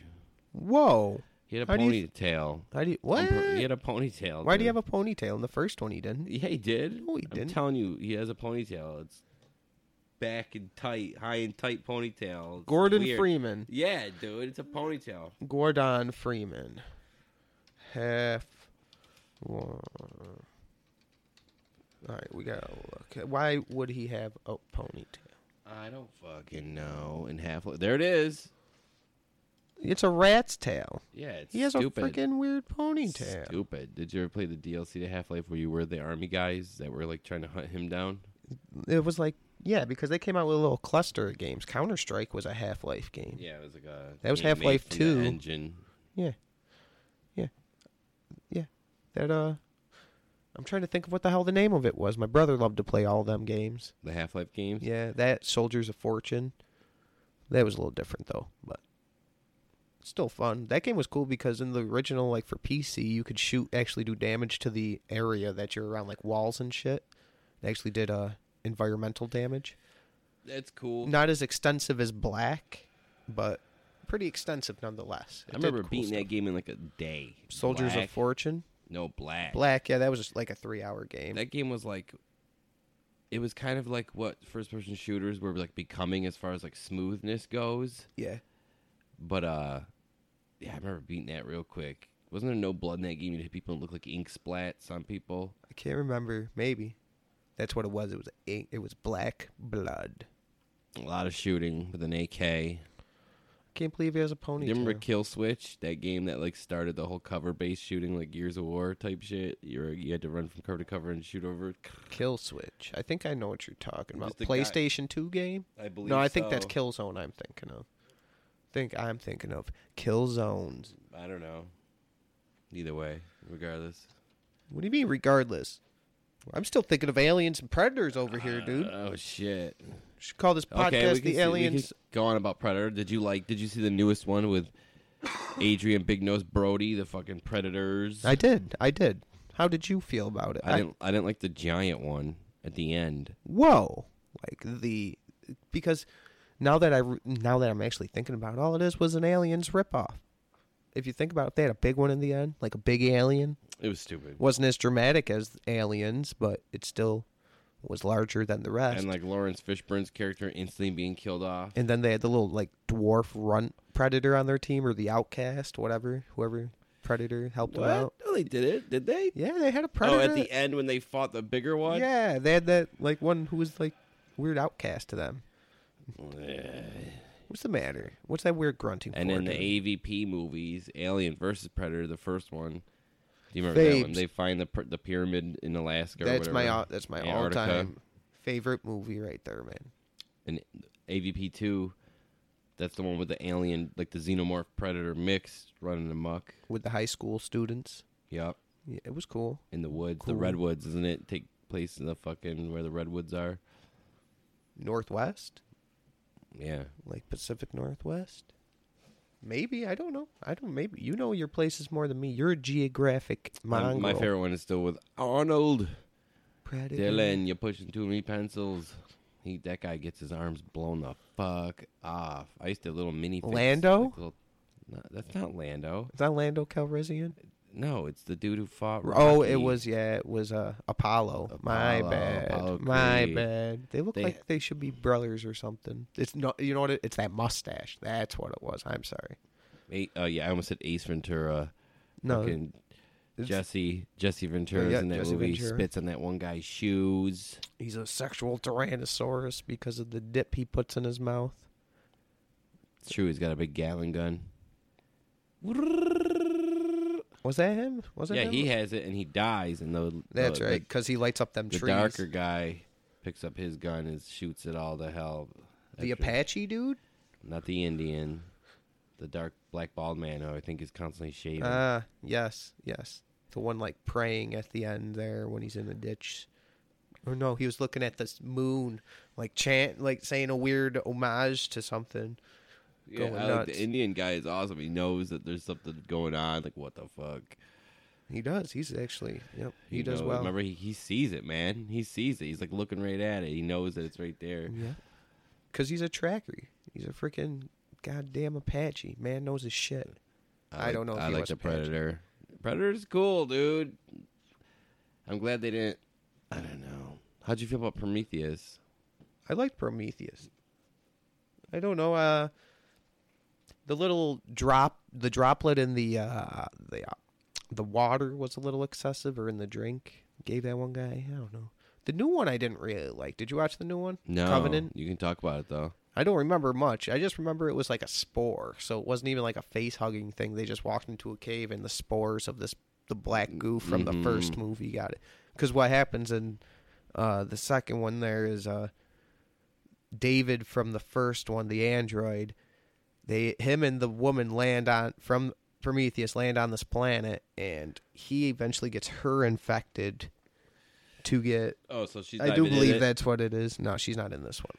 Speaker 1: Whoa.
Speaker 2: He had a
Speaker 1: How do you-
Speaker 2: ponytail.
Speaker 1: How do you, what?
Speaker 2: He had a ponytail.
Speaker 1: Why do you
Speaker 2: dude.
Speaker 1: have a ponytail in the first one? He didn't.
Speaker 2: Yeah, he did.
Speaker 1: No, he
Speaker 2: I'm
Speaker 1: didn't.
Speaker 2: telling you, he has a ponytail. It's back and tight, high and tight ponytail. It's
Speaker 1: Gordon
Speaker 2: weird.
Speaker 1: Freeman.
Speaker 2: Yeah, dude, it's a ponytail.
Speaker 1: Gordon Freeman. Half. All right, we gotta look. Why would he have a ponytail?
Speaker 2: I don't fucking know. And half there it is.
Speaker 1: It's a rat's tail.
Speaker 2: Yeah, it's
Speaker 1: He has
Speaker 2: stupid.
Speaker 1: a freaking weird ponytail.
Speaker 2: Stupid. Did you ever play the DLC to Half Life where you were the army guys that were like trying to hunt him down?
Speaker 1: It was like, yeah, because they came out with a little cluster of games. Counter Strike was a Half Life game.
Speaker 2: Yeah, it was like a
Speaker 1: That was
Speaker 2: game made
Speaker 1: Half-Life
Speaker 2: from the
Speaker 1: 2.
Speaker 2: engine.
Speaker 1: Yeah. Yeah. Yeah. That uh I'm trying to think of what the hell the name of it was. My brother loved to play all them games.
Speaker 2: The Half Life games.
Speaker 1: Yeah, that Soldiers of Fortune. That was a little different though, but still fun. That game was cool because in the original like for PC, you could shoot actually do damage to the area that you're around like walls and shit. It actually did uh environmental damage.
Speaker 2: That's cool.
Speaker 1: Not as extensive as Black, but pretty extensive nonetheless. It
Speaker 2: I
Speaker 1: did
Speaker 2: remember
Speaker 1: cool
Speaker 2: beating
Speaker 1: stuff.
Speaker 2: that game in like a day.
Speaker 1: Soldiers
Speaker 2: Black.
Speaker 1: of Fortune.
Speaker 2: No, black.
Speaker 1: Black, yeah, that was just like a three hour game.
Speaker 2: That game was like, it was kind of like what first person shooters were like becoming as far as like smoothness goes.
Speaker 1: yeah.
Speaker 2: But uh, yeah, I remember beating that real quick. Wasn't there no blood in that game? You hit people and look like ink splats on people.
Speaker 1: I can't remember. Maybe. That's what it was. It was ink it was black blood.
Speaker 2: A lot of shooting with an AK.
Speaker 1: Can't believe he has a
Speaker 2: Do
Speaker 1: ponytail.
Speaker 2: you remember Kill Switch? That game that like started the whole cover based shooting, like Gears of War type shit. You were, you had to run from cover to cover and shoot over.
Speaker 1: Kill Switch. I think I know what you're talking about.
Speaker 2: Just the guy-
Speaker 1: PlayStation 2 game?
Speaker 2: I believe.
Speaker 1: no, I think that's
Speaker 2: so.
Speaker 1: Killzone I'm thinking of. Think I'm thinking of Killzones.
Speaker 2: I don't know. Either way, regardless.
Speaker 1: What do you mean regardless? I'm still thinking of aliens and predators over here, dude.
Speaker 2: Oh shit.
Speaker 1: Should call this podcast
Speaker 2: okay, we can
Speaker 1: the
Speaker 2: see- we
Speaker 1: aliens.
Speaker 2: can go on about Predator. Did you like? Did you see the newest one with Adrian Big Nose Brody, the fucking Predators?
Speaker 1: I did. I did. How did you feel about it?
Speaker 2: I didn't. I didn't like the giant one at the end.
Speaker 1: whoa like the because now that i re- now that i'm actually thinking about it, all it is was an aliens ripoff if you think about it they had a big one in the end like a big alien
Speaker 2: It was stupid.
Speaker 1: wasn't as dramatic as aliens but it still was larger than the rest
Speaker 2: And like Lawrence Fishburne's character instantly being killed off.
Speaker 1: and then they had the little like dwarf runt predator on their team or the outcast whatever whoever predator helped them out
Speaker 2: Oh, they did it. Did they?
Speaker 1: yeah they had a predator
Speaker 2: Oh, at the end when they fought the bigger one.
Speaker 1: yeah they had that like one who was like weird outcast to them what's the matter what's that weird grunting
Speaker 2: And
Speaker 1: for,
Speaker 2: in the
Speaker 1: dude?
Speaker 2: AVP movies, Alien versus Predator, the first one. Do you remember that one?
Speaker 1: Fabes.
Speaker 2: They find the py- the pyramid in Alaska.
Speaker 1: That's
Speaker 2: or
Speaker 1: my
Speaker 2: whatever.
Speaker 1: all, that's my all
Speaker 2: Antarctica.
Speaker 1: time favorite movie right there, man.
Speaker 2: and AVP two. That's the one with the alien, like the xenomorph predator mix running amok.
Speaker 1: With the high school students,
Speaker 2: Yep,
Speaker 1: yeah, it was cool.
Speaker 2: in the woods, the
Speaker 1: Cool.
Speaker 2: redwoods, isn't it? Take place in the fucking where the redwoods are.
Speaker 1: Northwest,
Speaker 2: Yeah,
Speaker 1: like Pacific Northwest. Maybe I don't know. I don't. Maybe you know your places more than me. You're a geographic
Speaker 2: Um,
Speaker 1: mongrel.
Speaker 2: my favorite one is still with Arnold
Speaker 1: Predator.
Speaker 2: Dylan. You're pushing too many pencils. He that guy gets his arms blown the fuck off. I used to little mini fix,
Speaker 1: Lando?
Speaker 2: like little- No, that's not Lando.
Speaker 1: Is that Lando Calrissian?
Speaker 2: No, it's the dude who fought. Rocky.
Speaker 1: Oh, it was yeah, it was uh, Apollo. My
Speaker 2: Apollo,
Speaker 1: bad.
Speaker 2: Apollo
Speaker 1: My
Speaker 2: Creed.
Speaker 1: bad. They look
Speaker 2: They-
Speaker 1: like they should be brothers or something. It's not. You know what? It, it's that mustache. That's what it was. I'm sorry.
Speaker 2: A- uh, yeah, I almost said Ace Ventura.
Speaker 1: No,
Speaker 2: Fucking
Speaker 1: it's- Oh,
Speaker 2: Jesse Jesse Ventura's
Speaker 1: yeah,
Speaker 2: in that
Speaker 1: Jesse
Speaker 2: movie.
Speaker 1: Ventura.
Speaker 2: Spits on that one guy's shoes.
Speaker 1: he's a sexual tyrannosaurus because of the dip he puts in his mouth.
Speaker 2: It's true. He's got a big gallon gun.
Speaker 1: Was that him? Was it
Speaker 2: yeah,
Speaker 1: him?
Speaker 2: he has it, and he dies. And the
Speaker 1: That's
Speaker 2: the,
Speaker 1: right, because he lights up them
Speaker 2: The, the
Speaker 1: trees.
Speaker 2: darker guy picks up his gun and shoots it all to hell.
Speaker 1: the
Speaker 2: After-
Speaker 1: Apache dude.
Speaker 2: not the Indian, the dark black bald man who I think is constantly shaving.
Speaker 1: Ah, yes, yes. The one like praying at the end there when he's in the ditch. Or no, he was looking at this moon, like chant, like saying a weird homage to something.
Speaker 2: yeah,
Speaker 1: going
Speaker 2: I like
Speaker 1: nuts.
Speaker 2: the Indian guy is awesome. He knows that there's something going on. Like what the fuck?
Speaker 1: He does. He's actually, yep, he, does
Speaker 2: knows-
Speaker 1: well.
Speaker 2: Remember, he, he sees it, man. He sees it. He's like looking right at it. He knows that it's right there.
Speaker 1: Yeah, because he's a tracker. He's a freaking goddamn Apache. Man knows his shit. I
Speaker 2: like-
Speaker 1: don't know if
Speaker 2: I
Speaker 1: he
Speaker 2: like
Speaker 1: was
Speaker 2: the
Speaker 1: a patch.
Speaker 2: Predator. Predator's cool, dude. I'm glad they didn't. I don't know. How'd you feel about Prometheus?
Speaker 1: I like Prometheus. I don't know. Uh, the little drop, the droplet in the uh, the uh, the water was a little excessive, or in the drink gave that one guy. I don't know. The new one I didn't really like. Did you watch the new one?
Speaker 2: No,
Speaker 1: Covenant.
Speaker 2: You can talk about it though.
Speaker 1: I don't remember much. I just remember it was like a spore, so it wasn't even like a face hugging thing. They just walked into a cave, and the spores of this the black goo from the first movie got it. Because what happens in uh, the second one there is uh, David from the first one, the android. They him and the woman land on from Prometheus land on this planet, and he eventually gets her infected to get
Speaker 2: Oh, so she's.
Speaker 1: I
Speaker 2: not
Speaker 1: do
Speaker 2: even in
Speaker 1: believe
Speaker 2: it?
Speaker 1: that's what it is. No, she's not in this one.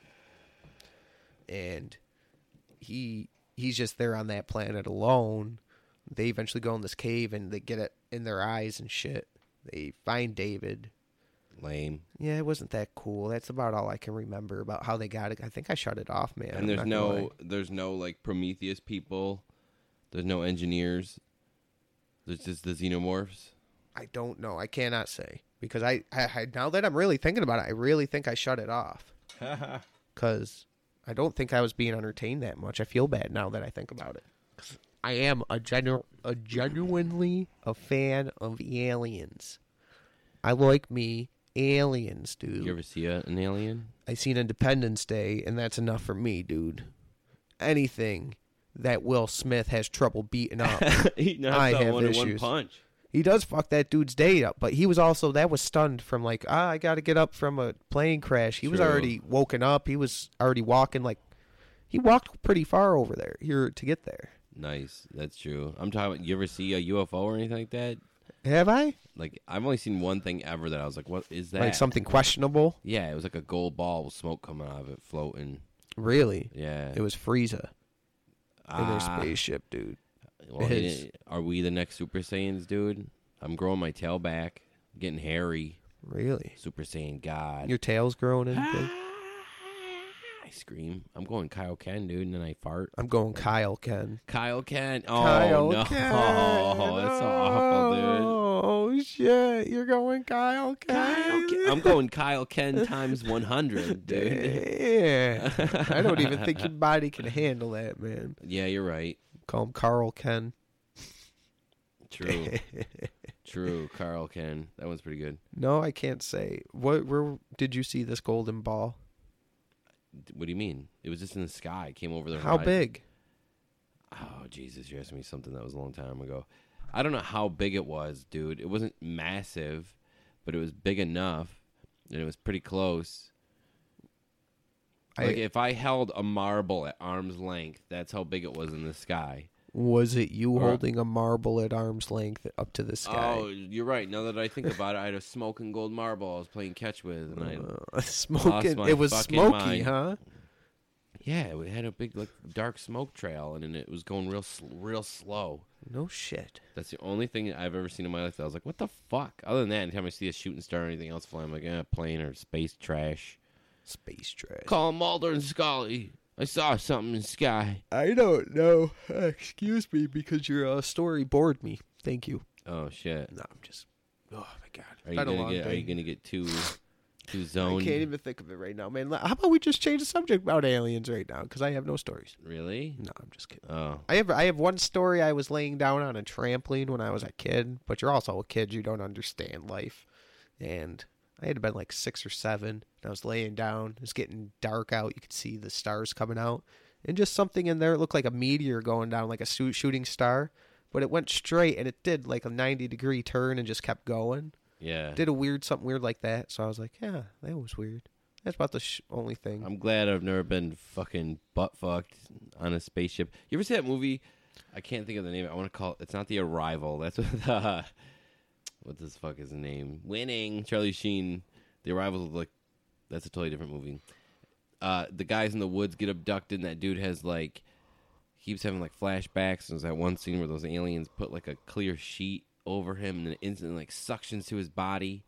Speaker 1: And he he's just there on that planet alone. They eventually go in this cave and they get it in their eyes and shit. They find David.
Speaker 2: lame.
Speaker 1: Yeah, it wasn't that cool. That's about all I can remember about how they got it. I think I shut it off, man. I'm
Speaker 2: and there's
Speaker 1: not gonna
Speaker 2: no,
Speaker 1: lie.
Speaker 2: there's no like Prometheus people. There's no engineers. There's just the xenomorphs.
Speaker 1: I don't know. I cannot say because I, I, I now that I'm really thinking about it, I really think I shut it off because I don't think I was being entertained that much. I feel bad now that I think about it. 'Cause I am a genu- a genuinely a fan of aliens. I like me aliens, dude.
Speaker 2: You ever see a, an alien?
Speaker 1: I seen Independence Day, and that's enough for me, dude. Anything that Will Smith has trouble beating up.
Speaker 2: he knocked
Speaker 1: I
Speaker 2: out
Speaker 1: have
Speaker 2: one in one
Speaker 1: issues.
Speaker 2: punch.
Speaker 1: he does fuck that dude's day up, but he was also that was stunned from like ah, I got to get up from a plane crash. He was
Speaker 2: True.
Speaker 1: already woken up. He was already walking like he walked pretty far over there here to get there.
Speaker 2: Nice, that's true. I'm talking. About, you ever see a UFO or anything like that?
Speaker 1: Have I
Speaker 2: Like I've only seen one thing ever that I was like, "What is that?"
Speaker 1: like something questionable?
Speaker 2: Yeah, it was like a gold ball with smoke coming out of it, floating.
Speaker 1: Really?
Speaker 2: Yeah,
Speaker 1: It was Frieza in their
Speaker 2: Ah,
Speaker 1: spaceship, dude.
Speaker 2: well, he
Speaker 1: is.
Speaker 2: didn't- are we the next Super Saiyans, dude? I'm growing my tail back, getting hairy.
Speaker 1: Really?
Speaker 2: Super Saiyan God.
Speaker 1: Your tail's growing in. dude?
Speaker 2: I scream. I'm going Kyle Ken, dude, and then I fart.
Speaker 1: I'm going Kyle Ken.
Speaker 2: Kyle Ken. Oh
Speaker 1: Kyle
Speaker 2: no,
Speaker 1: Ken.
Speaker 2: oh, that's so awful, dude.
Speaker 1: Oh shit! You're going Kyle Ken.
Speaker 2: Kyle Ken. I'm going Kyle Ken times 100, dude.
Speaker 1: Yeah. I don't even think your body can handle that, man.
Speaker 2: Yeah, you're right.
Speaker 1: Call him Carl Ken.
Speaker 2: True, true. Carl Ken. That one's pretty good.
Speaker 1: no, I can't say. What? Where did you see this golden ball?
Speaker 2: What do you mean? It was just in the sky. It came over the
Speaker 1: How
Speaker 2: horizon.
Speaker 1: big?
Speaker 2: Oh Jesus, you're asking me something that was a long time ago. I don't know how big it was, dude. It wasn't massive, but it was big enough, and it was pretty close.
Speaker 1: I-
Speaker 2: like if I held a marble at arm's length, that's how big it was in the sky.
Speaker 1: Was it you
Speaker 2: Uh,
Speaker 1: holding a marble at arm's length up to the
Speaker 2: Oh,
Speaker 1: sky?
Speaker 2: you're right. Now that I think about it, I had a smoking gold marble I was playing catch with, and I
Speaker 1: Uh, smoking.
Speaker 2: my
Speaker 1: It was
Speaker 2: fucking
Speaker 1: smoky,
Speaker 2: mind.
Speaker 1: huh?
Speaker 2: yeah, it had a big like dark smoke trail, and then it was going real sl- real slow.
Speaker 1: No shit.
Speaker 2: That's the only thing I've ever seen in my life that I was like, what the fuck? Other than that, anytime I see a shooting star or anything else fly, I'm like, eh, plane or space trash.
Speaker 1: Space trash.
Speaker 2: Call Mulder and Scully. I saw something in the sky.
Speaker 1: I don't know. Excuse me, because your uh, story bored me. Thank you.
Speaker 2: Oh shit!
Speaker 1: No, I'm just. Oh my god,
Speaker 2: Are you gonna get? Are you gonna get too too
Speaker 1: I
Speaker 2: zoned?
Speaker 1: can't even think of it right now, man. How about we just change the subject about aliens right now? Because I have no stories.
Speaker 2: Really?
Speaker 1: No, I'm just kidding.
Speaker 2: Oh,
Speaker 1: I have I have one story. I was laying down on a trampoline when I was a kid, but you're also a kid. You don't understand life, and I had been like six or seven. And I was laying down. It was getting dark out. You could see the stars coming out, and just something in there. It looked like a meteor going down, like a su- shooting star, but it went straight and it did like a 90 degree turn and just kept going.
Speaker 2: yeah.
Speaker 1: Did a weird something weird like that. So I was like, yeah, that was weird. That's about the sh- only thing.
Speaker 2: I'm glad I've never been fucking butt fucked on a spaceship. You ever see that movie? I can't think of the name. I want to call it. It's not the Arrival. That's what the what this fuck is the name? Winning Charlie Sheen. The Arrival like that's a totally different movie. Uh, the guys in the woods get abducted, and that dude has like keeps having like flashbacks. And there's that one scene where those aliens put like a clear sheet over him, and then instantly like suctions to his body,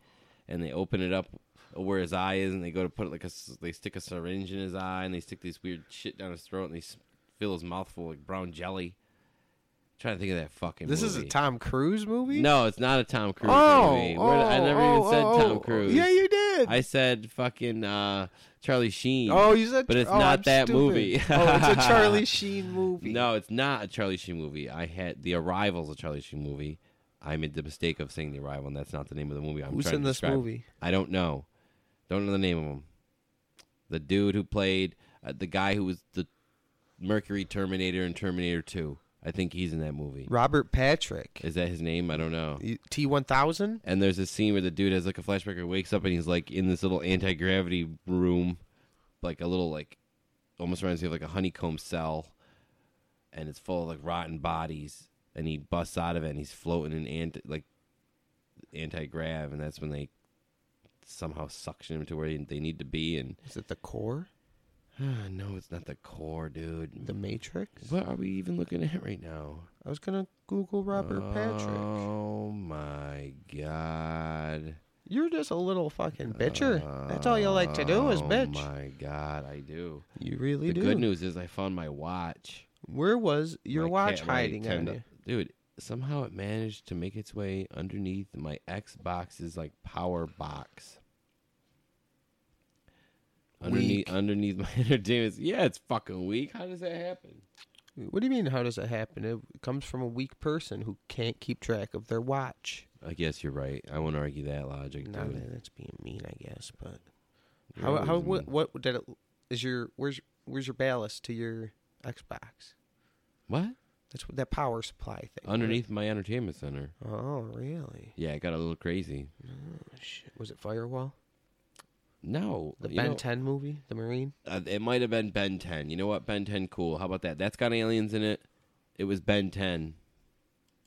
Speaker 2: and they open it up where his eye is, and they go to put like a s- they stick a syringe in his eye, and they stick this weird shit down his throat, and they s- fill his mouth full of like brown jelly. trying to think of that fucking.
Speaker 1: this is a
Speaker 2: movie.
Speaker 1: Tom Cruise movie.
Speaker 2: No, it's not a Tom Cruise
Speaker 1: Oh,
Speaker 2: movie. Where- I
Speaker 1: oh,
Speaker 2: never
Speaker 1: oh,
Speaker 2: even said
Speaker 1: oh,
Speaker 2: Tom
Speaker 1: oh.
Speaker 2: Cruise.
Speaker 1: Yeah, you did.
Speaker 2: I said fucking uh, Charlie Sheen.
Speaker 1: Oh, you said,
Speaker 2: But it's
Speaker 1: oh,
Speaker 2: not
Speaker 1: I'm
Speaker 2: that
Speaker 1: stupid.
Speaker 2: movie.
Speaker 1: oh, it's a Charlie Sheen movie.
Speaker 2: No, it's not a Charlie Sheen movie. I had The Arrival's a Charlie Sheen movie. I made the mistake of saying The Arrival, and that's not the name of the movie. I'm
Speaker 1: who's
Speaker 2: trying
Speaker 1: in
Speaker 2: to
Speaker 1: this
Speaker 2: describe.
Speaker 1: movie?
Speaker 2: I don't know. Don't know the name of him. The dude who played uh, the guy who was the Mercury Terminator in Terminator 2. I think he's in that movie.
Speaker 1: Robert Patrick.
Speaker 2: Is that his name? I don't know.
Speaker 1: T one thousand.
Speaker 2: And there's a scene where the dude has like a flashback or wakes up and he's like in this little anti gravity room, like a little like almost reminds me of like a honeycomb cell, and it's full of like rotten bodies. And he busts out of it and he's floating in anti like anti grav, and that's when they somehow suction him to where they need to be. And
Speaker 1: Is it the core?
Speaker 2: no, it's not the core, dude.
Speaker 1: The Matrix?
Speaker 2: what are we even looking at right now?
Speaker 1: I was gonna Google Robert Patrick.
Speaker 2: Oh my god.
Speaker 1: You're just a little fucking bitcher. That's all you like to do is bitch.
Speaker 2: Oh my god, I do.
Speaker 1: You really
Speaker 2: the
Speaker 1: do.
Speaker 2: good news is I found my watch.
Speaker 1: Where was your
Speaker 2: My
Speaker 1: watch
Speaker 2: cat- my
Speaker 1: hiding on
Speaker 2: ten-
Speaker 1: you?
Speaker 2: Dude, somehow it managed to make its way underneath my Xbox's like power box. Underneath
Speaker 1: Weak.
Speaker 2: underneath my entertainment. Yeah, it's fucking weak. How does that happen?
Speaker 1: What do you mean? How does that happen? It comes from a weak person who can't keep track of their watch.
Speaker 2: I guess you're right. I won't argue that logic,
Speaker 1: Now
Speaker 2: dude.
Speaker 1: that that's being mean, I guess. But
Speaker 2: You're
Speaker 1: how how
Speaker 2: always
Speaker 1: what,
Speaker 2: mean.
Speaker 1: what did it? Is your where's where's your ballast to your Xbox?
Speaker 2: What?
Speaker 1: That's what that power supply thing. right?
Speaker 2: Underneath my entertainment center.
Speaker 1: Oh really?
Speaker 2: Yeah, it got a little crazy. Oh,
Speaker 1: Shit. Was it Firewall?
Speaker 2: No.
Speaker 1: The
Speaker 2: you
Speaker 1: Ben
Speaker 2: know-
Speaker 1: Ten movie, the Marine.
Speaker 2: Uh, it might have been Ben 10. You know what? Ben 10, cool. How about that? That's got aliens in it. It was Ben 10.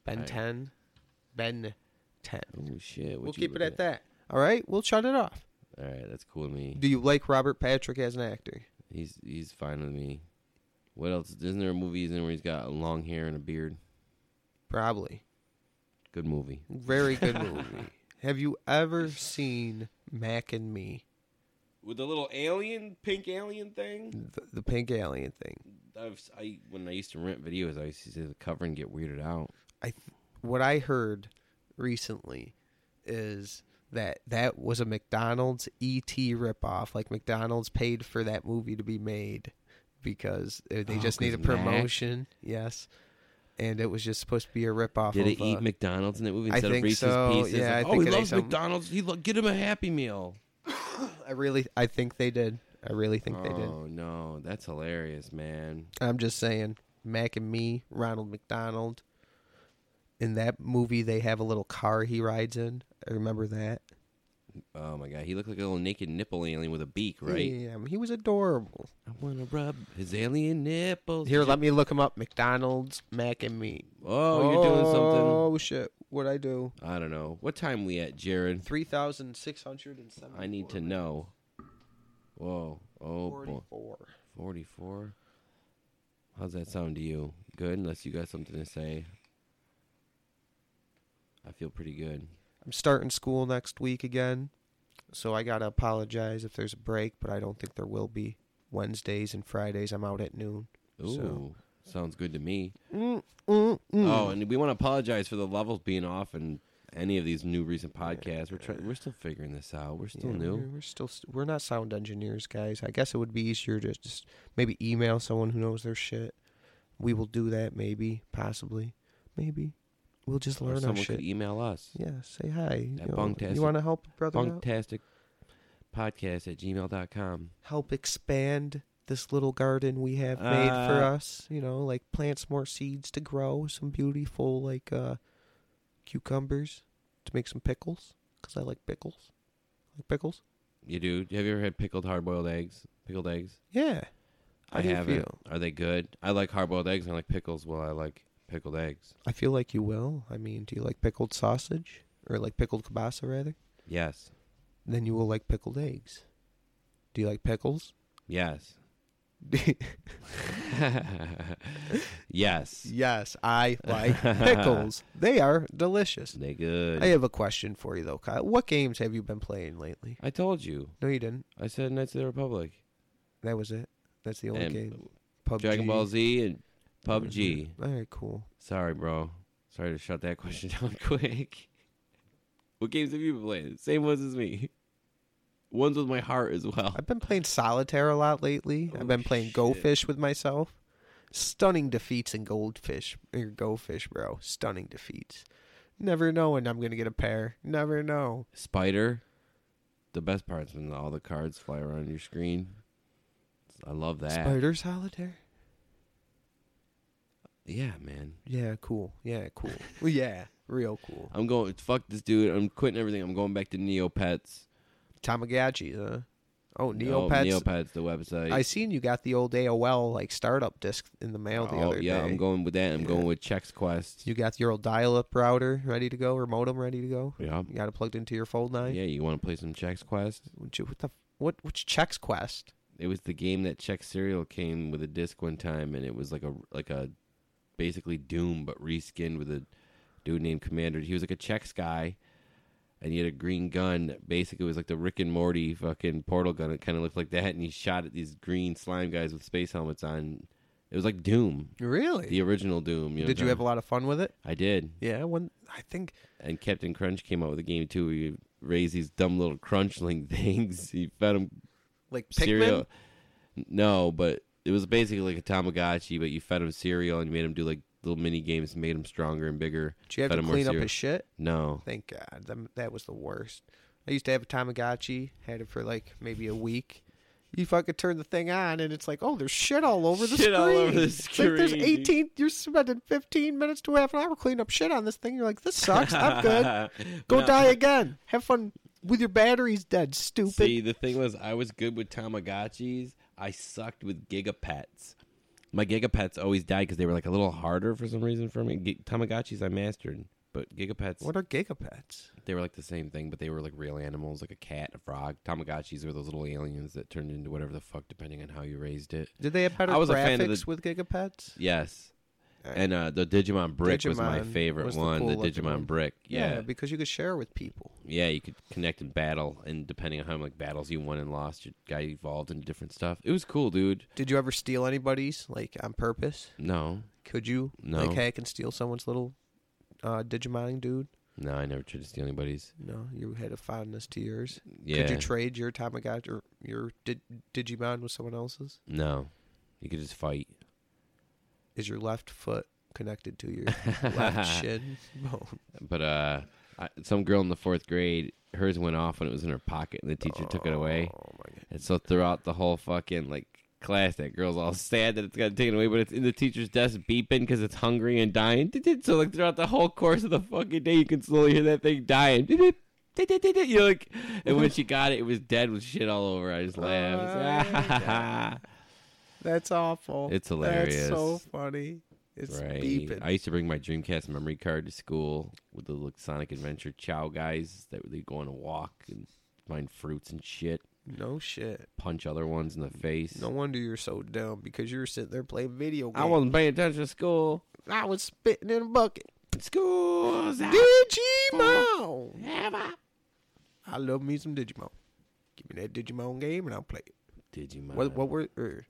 Speaker 1: Ben
Speaker 2: Alright.
Speaker 1: Ten. Ben Ten.
Speaker 2: Oh, shit. what
Speaker 1: we'll
Speaker 2: you
Speaker 1: keep it
Speaker 2: looking
Speaker 1: at that. All right, we'll shut it off.
Speaker 2: All right, that's cool to me.
Speaker 1: Do you like Robert Patrick as an actor?
Speaker 2: He's he's fine with me. What else? Isn't there a movie he's in where he's got long hair and a beard?
Speaker 1: Probably.
Speaker 2: Good movie.
Speaker 1: Very good movie. Have you ever seen Mac and Me,
Speaker 2: With the little alien, pink alien thing?
Speaker 1: the, the pink alien thing?
Speaker 2: I've, I When I used to rent videos, I used to see the cover and get weirded out.
Speaker 1: I th- what I heard recently is that that was a McDonald's ET ripoff. Like McDonald's paid for that movie to be made because they they
Speaker 2: Oh,
Speaker 1: just need a
Speaker 2: 'cause Mac?
Speaker 1: promotion. Yes, and it was just supposed to be a ripoff.
Speaker 2: Did
Speaker 1: of,
Speaker 2: it eat
Speaker 1: uh,
Speaker 2: McDonald's in that movie
Speaker 1: I
Speaker 2: instead of
Speaker 1: think
Speaker 2: Reese's
Speaker 1: so,
Speaker 2: Pieces?
Speaker 1: yeah, I
Speaker 2: Like,
Speaker 1: think
Speaker 2: oh,
Speaker 1: it
Speaker 2: he
Speaker 1: ate
Speaker 2: loves
Speaker 1: some-
Speaker 2: McDonald's. He lo- get him a Happy Meal.
Speaker 1: I really, I think they did. I really think they did.
Speaker 2: Oh, no. That's hilarious, man.
Speaker 1: I'm just saying, Mac and Me, Ronald McDonald. In that movie, they have a little car he rides in. I remember that.
Speaker 2: Oh my god, he looked like a little naked nipple alien with a beak, right?
Speaker 1: Yeah, he was adorable.
Speaker 2: I wanna rub his alien nipples.
Speaker 1: Here, let me look him up. McDonald's, Mac and Me.
Speaker 2: Oh, you're doing something.
Speaker 1: Oh shit! What I do?
Speaker 2: I don't know. What time we at, Jared?
Speaker 1: Three thousand six hundred and seven.
Speaker 2: I need to know. Whoa. Oh boy.
Speaker 1: Forty-four.
Speaker 2: Forty four. How's that sound to you? Good, unless you got something to say. I feel pretty good.
Speaker 1: I'm starting school next week again, so I gotta apologize if there's a break, but I don't think there will be. Wednesdays and Fridays I'm out at noon.
Speaker 2: Ooh,
Speaker 1: So- Hmm.
Speaker 2: sounds good to me. Oh, and we want to apologize for the levels being off and any of these new recent podcasts. We're trying. We're still figuring this out. We're still
Speaker 1: Yeah, We're,
Speaker 2: new.
Speaker 1: we're still st- we're not sound engineers, guys. I guess it would be easier to just maybe email someone who knows their shit. We will do that, maybe, possibly, maybe. We'll just
Speaker 2: Or
Speaker 1: learn our
Speaker 2: someone
Speaker 1: shit.
Speaker 2: could email us.
Speaker 1: yeah, say hi.
Speaker 2: At
Speaker 1: you
Speaker 2: Bunktastic-
Speaker 1: want to help a brother out?
Speaker 2: Punktastic podcast at gmail.com.
Speaker 1: help expand this little garden we have made for
Speaker 2: Uh,
Speaker 1: us. You know, like plant some more seeds to grow some beautiful like uh, cucumbers to make some pickles because I like pickles. Like pickles?
Speaker 2: You do? Have you ever had pickled hard boiled eggs? Pickled eggs?
Speaker 1: Yeah. How
Speaker 2: I
Speaker 1: do you
Speaker 2: haven't.
Speaker 1: feel?
Speaker 2: Are they good? I like hard boiled eggs and I like pickles. Well, I like pickled eggs.
Speaker 1: I feel like you will. I mean, do you like pickled sausage or like pickled kielbasa rather?
Speaker 2: Yes.
Speaker 1: Then you will like pickled eggs. Do you like pickles?
Speaker 2: Yes. yes.
Speaker 1: yes, I like pickles. They are delicious.
Speaker 2: They good.
Speaker 1: I have a question for you though, Kyle. What games have you been playing lately?
Speaker 2: I told you.
Speaker 1: No, you didn't.
Speaker 2: I said Knights of the Republic.
Speaker 1: That was it. That's the only
Speaker 2: And
Speaker 1: game. PUBG.
Speaker 2: Dragon Ball Z and PUBG.
Speaker 1: All right, cool.
Speaker 2: Sorry, bro. Sorry to shut that question down quick. What games have you been playing? Same ones as me. Ones with my heart as well.
Speaker 1: I've been playing solitaire a lot lately.
Speaker 2: Oh,
Speaker 1: I've been playing
Speaker 2: shit.
Speaker 1: Go Fish with myself. Stunning defeats in Goldfish or Go Fish, bro. Stunning defeats. Never know when I'm gonna get a pair. Never know.
Speaker 2: Spider. The best part's when all the cards fly around your screen. I love that.
Speaker 1: Spider solitaire.
Speaker 2: Yeah, man.
Speaker 1: Yeah, cool. Yeah, cool. Well, yeah, real cool.
Speaker 2: I'm going. Fuck this dude. I'm quitting everything. I'm going back to Neopets.
Speaker 1: Tamagotchi, huh? Oh,
Speaker 2: No,
Speaker 1: Neopets.
Speaker 2: Neopets, the website.
Speaker 1: I seen you got the old AOL like startup disc in the mail the
Speaker 2: Oh,
Speaker 1: other
Speaker 2: yeah,
Speaker 1: day.
Speaker 2: I'm going with that. I'm
Speaker 1: Yeah.
Speaker 2: going with Chex Quest.
Speaker 1: You got your old dial-up router ready to go, or modem ready to go.
Speaker 2: yeah.
Speaker 1: You got it plugged into your fold line.
Speaker 2: Yeah, you want to play some Chex Quest?
Speaker 1: What you- what the what? Which checks quest?
Speaker 2: It was the game that Chex Cereal came with a disc one time, and it was like a like a basically Doom but reskinned with a dude named Commander. He was like a Chex guy, and he had a green gun. that Basically, was like the Rick and Morty fucking portal gun. It kind of looked like that, and he shot at these green slime guys with space helmets on. It was like Doom,
Speaker 1: Really?
Speaker 2: the original Doom. You know
Speaker 1: Did you have a lot of fun with it?
Speaker 2: I did.
Speaker 1: Yeah. When I think
Speaker 2: and Captain Crunch came out with a game too. Where you raise these dumb little crunchling things. You fed them
Speaker 1: like Pikmin.
Speaker 2: cereal. No, but it was basically like a Tamagotchi, but you fed them cereal and you made them do like little mini games, and made them stronger and bigger.
Speaker 1: Did you have
Speaker 2: fed
Speaker 1: to
Speaker 2: 'em more
Speaker 1: clean up
Speaker 2: cereal.
Speaker 1: his shit?
Speaker 2: No,
Speaker 1: Thank God. Them- That was the worst. I used to have a Tamagotchi. Had it for like maybe a week. You fucking turn the thing on and it's like, oh, there's shit all over the
Speaker 2: Shit
Speaker 1: screen.
Speaker 2: all over the
Speaker 1: It's like there's
Speaker 2: screen,
Speaker 1: 18. You're spending 15 minutes to half an hour cleaning up shit on this thing. You're like, this sucks. I'm good. Go
Speaker 2: No.
Speaker 1: die again. Have fun with your batteries dead. Stupid.
Speaker 2: See, the thing was, I was good with Tamagotchis. I sucked with Gigapets. My Gigapets always died because they were like a little harder for some reason for me. Gi- Tamagotchis I mastered, but Gigapets
Speaker 1: What are gigapets?
Speaker 2: They were like the same thing, but they were like real animals, like a cat, a frog. Tamagotchis were those little aliens that turned into whatever the fuck, depending on how you raised it.
Speaker 1: Did they have better
Speaker 2: I was a
Speaker 1: graphics
Speaker 2: fan of the-
Speaker 1: with gigapets?
Speaker 2: Yes.
Speaker 1: Alright.
Speaker 2: And uh, the Digimon Brick was my
Speaker 1: Digimon
Speaker 2: favorite
Speaker 1: was the
Speaker 2: one. The,
Speaker 1: cool-looking
Speaker 2: Digimon
Speaker 1: one.
Speaker 2: Brick. Yeah. Yeah,
Speaker 1: because you could share with people.
Speaker 2: you could connect and battle, and depending on how many battles you won and lost, your guy evolved into different stuff. It was cool, dude.
Speaker 1: Did you ever steal anybody's like on purpose?
Speaker 2: No.
Speaker 1: Could you
Speaker 2: No.
Speaker 1: like hack and steal someone's little uh, Digimon dude?
Speaker 2: No, I never tried to steal anybody's.
Speaker 1: No, you had a fondness to yours.
Speaker 2: Yeah.
Speaker 1: Could you trade your Tamagotchi or your di- Digimon with someone else's?
Speaker 2: no. You could just fight.
Speaker 1: Is your left foot connected to your left shin Oh, bone?
Speaker 2: But uh, I, some girl in the fourth grade, hers went off when it was in her pocket, and the teacher took it away.
Speaker 1: Oh my god!
Speaker 2: And so throughout the whole fucking like class, that girl's all sad that it's got taken away, but it's in the teacher's desk beeping because it's hungry and dying. So like throughout the whole course of the fucking day, you can slowly hear that thing dying. You're like, and when she got it, it was dead with shit all over. I just laughed.
Speaker 1: That's awful.
Speaker 2: It's
Speaker 1: That's so
Speaker 2: hilarious.
Speaker 1: funny. It's
Speaker 2: right.
Speaker 1: beeping.
Speaker 2: I used to bring my Dreamcast memory card to school with the little Sonic Adventure Chow guys that would- they'd go on a walk and find fruits and shit,
Speaker 1: no shit.
Speaker 2: punch other ones in the face.
Speaker 1: No wonder you're so dumb because you were sitting there playing video games.
Speaker 2: I wasn't paying attention to school.
Speaker 1: I was spitting in a bucket.
Speaker 2: School's out.
Speaker 1: Digimon.
Speaker 2: Never.
Speaker 1: I love me some Digimon. Give me that Digimon game and I'll play it.
Speaker 2: Digimon.
Speaker 1: What what were? Er,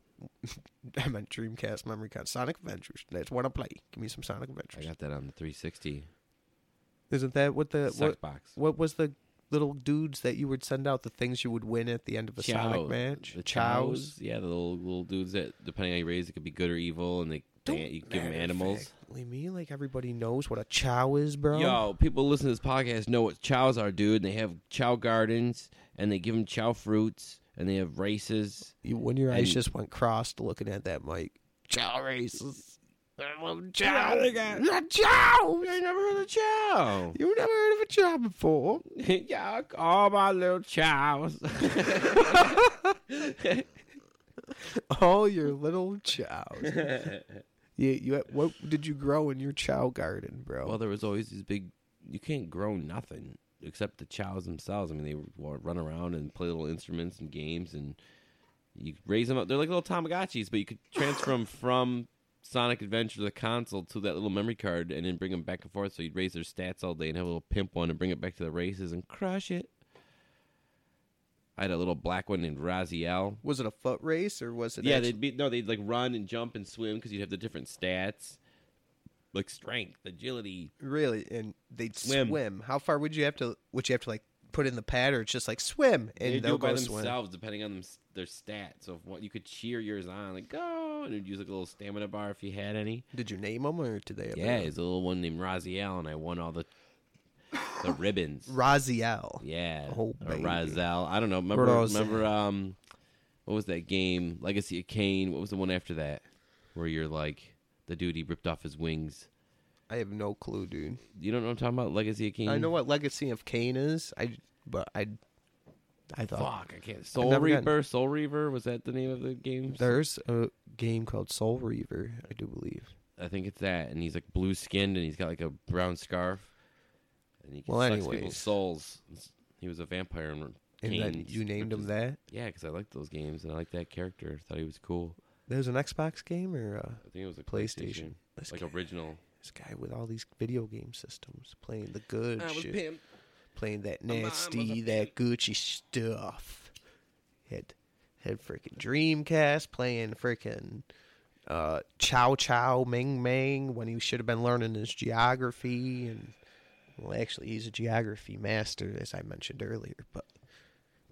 Speaker 1: I meant Dreamcast memory card. Sonic Adventures. That's what I play. Give me some Sonic
Speaker 2: I
Speaker 1: Adventures.
Speaker 2: got that on the 360
Speaker 1: Isn't that what the
Speaker 2: sex
Speaker 1: Uh, what,
Speaker 2: box.
Speaker 1: what was the little dudes that you would send out the things you would win at the end of a
Speaker 2: Chow-
Speaker 1: Sonic match?
Speaker 2: The chows. Yeah, the little little dudes that depending on your race, it could be good or evil, and they, they you give them
Speaker 1: matter
Speaker 2: animals.
Speaker 1: Exactly me like everybody knows what a chow is, bro.
Speaker 2: Yo, people listen to this podcast know what chows are, dude. They have chow gardens, and they give them chow fruits, and they have races.
Speaker 1: You, when your eyes
Speaker 2: And-
Speaker 1: just went crossed looking at that mic. Chow races. I love chow. Yeah, chow.
Speaker 2: I never heard of chow.
Speaker 1: You never heard of a chow before.
Speaker 2: yeah, all my little chows.
Speaker 1: All your little chows. you, you, what did you grow in your chow garden, bro?
Speaker 2: well, there was always these big. You can't grow nothing except the chows themselves. I mean, they wa- run around and play little instruments and games, and you raise them up. They're like little Tamagotchis, but you could transfer them from Sonic Adventure to the console to that little memory card, and then bring them back and forth. So you'd raise their stats all day and have a little pimp one, and bring it back to the races and crush it. I had a little black one named Raziel.
Speaker 1: was it a foot race or was it?
Speaker 2: Yeah,
Speaker 1: actu-
Speaker 2: they'd be no, they'd like run and jump and swim because you'd have the different stats, like strength, agility.
Speaker 1: really. And they'd swim.
Speaker 2: Swim.
Speaker 1: How far would you have to? Would you have to like put in the pad, or it's just like swim and
Speaker 2: they'd do
Speaker 1: they'll
Speaker 2: it by
Speaker 1: go
Speaker 2: themselves
Speaker 1: swim?
Speaker 2: depending on them, their stats. So if one, you could cheer yours on, like go, and you'd use like a little stamina bar if you had any.
Speaker 1: Did you name them or did they? have
Speaker 2: Yeah,
Speaker 1: a-
Speaker 2: there's a little one named Raziel, and I won all the the ribbons.
Speaker 1: Raziel.
Speaker 2: Yeah,
Speaker 1: Oh,
Speaker 2: or
Speaker 1: baby.
Speaker 2: Raziel. I don't know. Remember,
Speaker 1: Raziel.
Speaker 2: remember, um, what was that game? Legacy of Kane. What was the one after that where you're like the dude he ripped off his wings?
Speaker 1: I have no clue, dude.
Speaker 2: You don't know what I'm talking about? Legacy of Kane?
Speaker 1: I know what Legacy of Kane is. I but I I thought
Speaker 2: Fuck, I can't. Soul
Speaker 1: never
Speaker 2: Reaper?
Speaker 1: gotten-
Speaker 2: Soul Reaver? Was that the name of the game?
Speaker 1: there's a game called Soul Reaver. I do believe.
Speaker 2: I think it's that. And he's like blue skinned and he's got like a brown scarf. And he
Speaker 1: Well,
Speaker 2: sucks
Speaker 1: anyways.
Speaker 2: people's souls. He was a vampire. And,
Speaker 1: And
Speaker 2: Kane
Speaker 1: then
Speaker 2: just
Speaker 1: you named
Speaker 2: ripped
Speaker 1: him
Speaker 2: his-
Speaker 1: that.
Speaker 2: Yeah, because I liked those games and I liked that character. I thought he was cool.
Speaker 1: There's an Xbox game or a
Speaker 2: I think it was a
Speaker 1: PlayStation.
Speaker 2: PlayStation.
Speaker 1: This,
Speaker 2: Like
Speaker 1: guy,
Speaker 2: original.
Speaker 1: this guy with all these video game systems playing the good shit,
Speaker 2: pimp.
Speaker 1: playing that
Speaker 2: mom was a
Speaker 1: nasty, that Gucci stuff. Had had freaking Dreamcast playing freaking uh, Chow Chow Ming Ming when he should have been learning his geography and well, actually he's a geography master as I mentioned earlier, but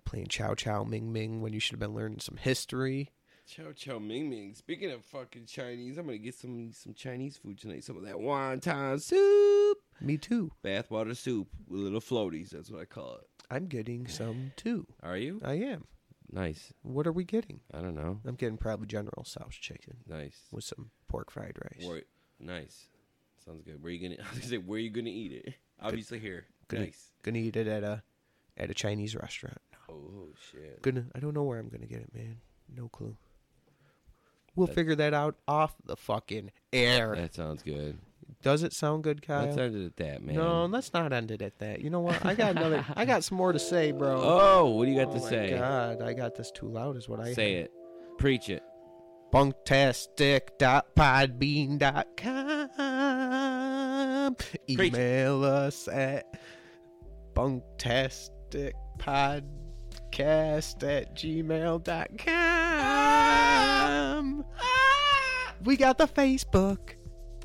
Speaker 1: playing Chow Chow Ming Ming when you should have been learning some history.
Speaker 2: Chow Chow Ming Ming. Speaking of fucking Chinese, I'm going to get some some Chinese food tonight. Some of that wonton soup.
Speaker 1: Me too.
Speaker 2: Bathwater soup with little floaties. That's what I call it.
Speaker 1: I'm getting some too.
Speaker 2: Are you?
Speaker 1: I am.
Speaker 2: Nice.
Speaker 1: What are we getting?
Speaker 2: I don't know.
Speaker 1: I'm getting probably General Tso's chicken
Speaker 2: Nice.
Speaker 1: with some pork fried rice.
Speaker 2: Where, nice. Sounds good. Where you gonna? I was gonna say where you gonna eat it? Obviously here.
Speaker 1: Gonna,
Speaker 2: Nice.
Speaker 1: gonna eat it at a at a Chinese restaurant. No.
Speaker 2: Oh shit.
Speaker 1: Gonna I don't know where I'm gonna get it, man. No clue. We'll figure that out off the fucking air.
Speaker 2: That sounds good.
Speaker 1: Does it sound good, Kyle?
Speaker 2: Let's end it at that, man.
Speaker 1: Uh, no, let's not end it at that. You know what? I got another. I got some more to say, bro.
Speaker 2: Oh, what do you got
Speaker 1: Oh
Speaker 2: to
Speaker 1: my
Speaker 2: say?
Speaker 1: God, I got this too loud. Is what I
Speaker 2: Say
Speaker 1: had.
Speaker 2: it. Preach it.
Speaker 1: bunktastic.podbean.com.
Speaker 2: Preach.
Speaker 1: Email us at bunktasticpodcast at gmail.com. We got the Facebook.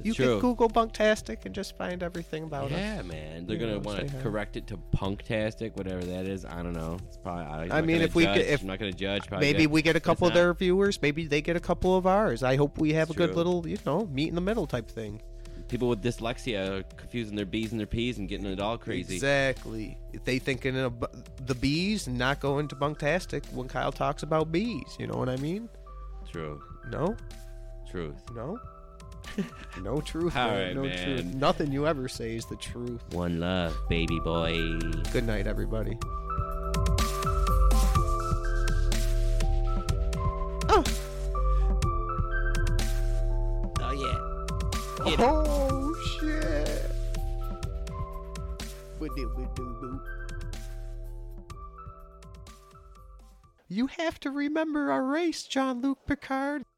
Speaker 1: you
Speaker 2: true.
Speaker 1: can Google Bunktastic and just find everything about us.
Speaker 2: Yeah, man. They're
Speaker 1: You
Speaker 2: gonna
Speaker 1: know,
Speaker 2: want
Speaker 1: say
Speaker 2: to
Speaker 1: hi.
Speaker 2: correct it to punktastic, whatever that is. I don't know. It's probably. I'm not
Speaker 1: mean,
Speaker 2: gonna
Speaker 1: if we
Speaker 2: judge.
Speaker 1: could- if-
Speaker 2: I'm not gonna judge. Probably
Speaker 1: Maybe
Speaker 2: judge.
Speaker 1: we get a
Speaker 2: It's
Speaker 1: couple of
Speaker 2: not-
Speaker 1: their viewers. Maybe they get a couple of ours. I hope we have
Speaker 2: It's
Speaker 1: a good
Speaker 2: true.
Speaker 1: little, you know, meet in the middle type thing.
Speaker 2: people with dyslexia are confusing their b's and their p's and getting it all crazy.
Speaker 1: Exactly. If they thinking of the bees and not going to Bunktastic when Kyle talks about bees, you know what I mean?
Speaker 2: True.
Speaker 1: No,
Speaker 2: Truth.
Speaker 1: no, no truth.
Speaker 2: All
Speaker 1: man.
Speaker 2: right,
Speaker 1: no
Speaker 2: man.
Speaker 1: truth. Nothing you ever say is the truth.
Speaker 2: One love, baby boy.
Speaker 1: Good night, everybody.
Speaker 2: Oh yeah.
Speaker 1: Oh shit. Ba-do-ba-do-boo. You have to remember our race, John Luke Picard.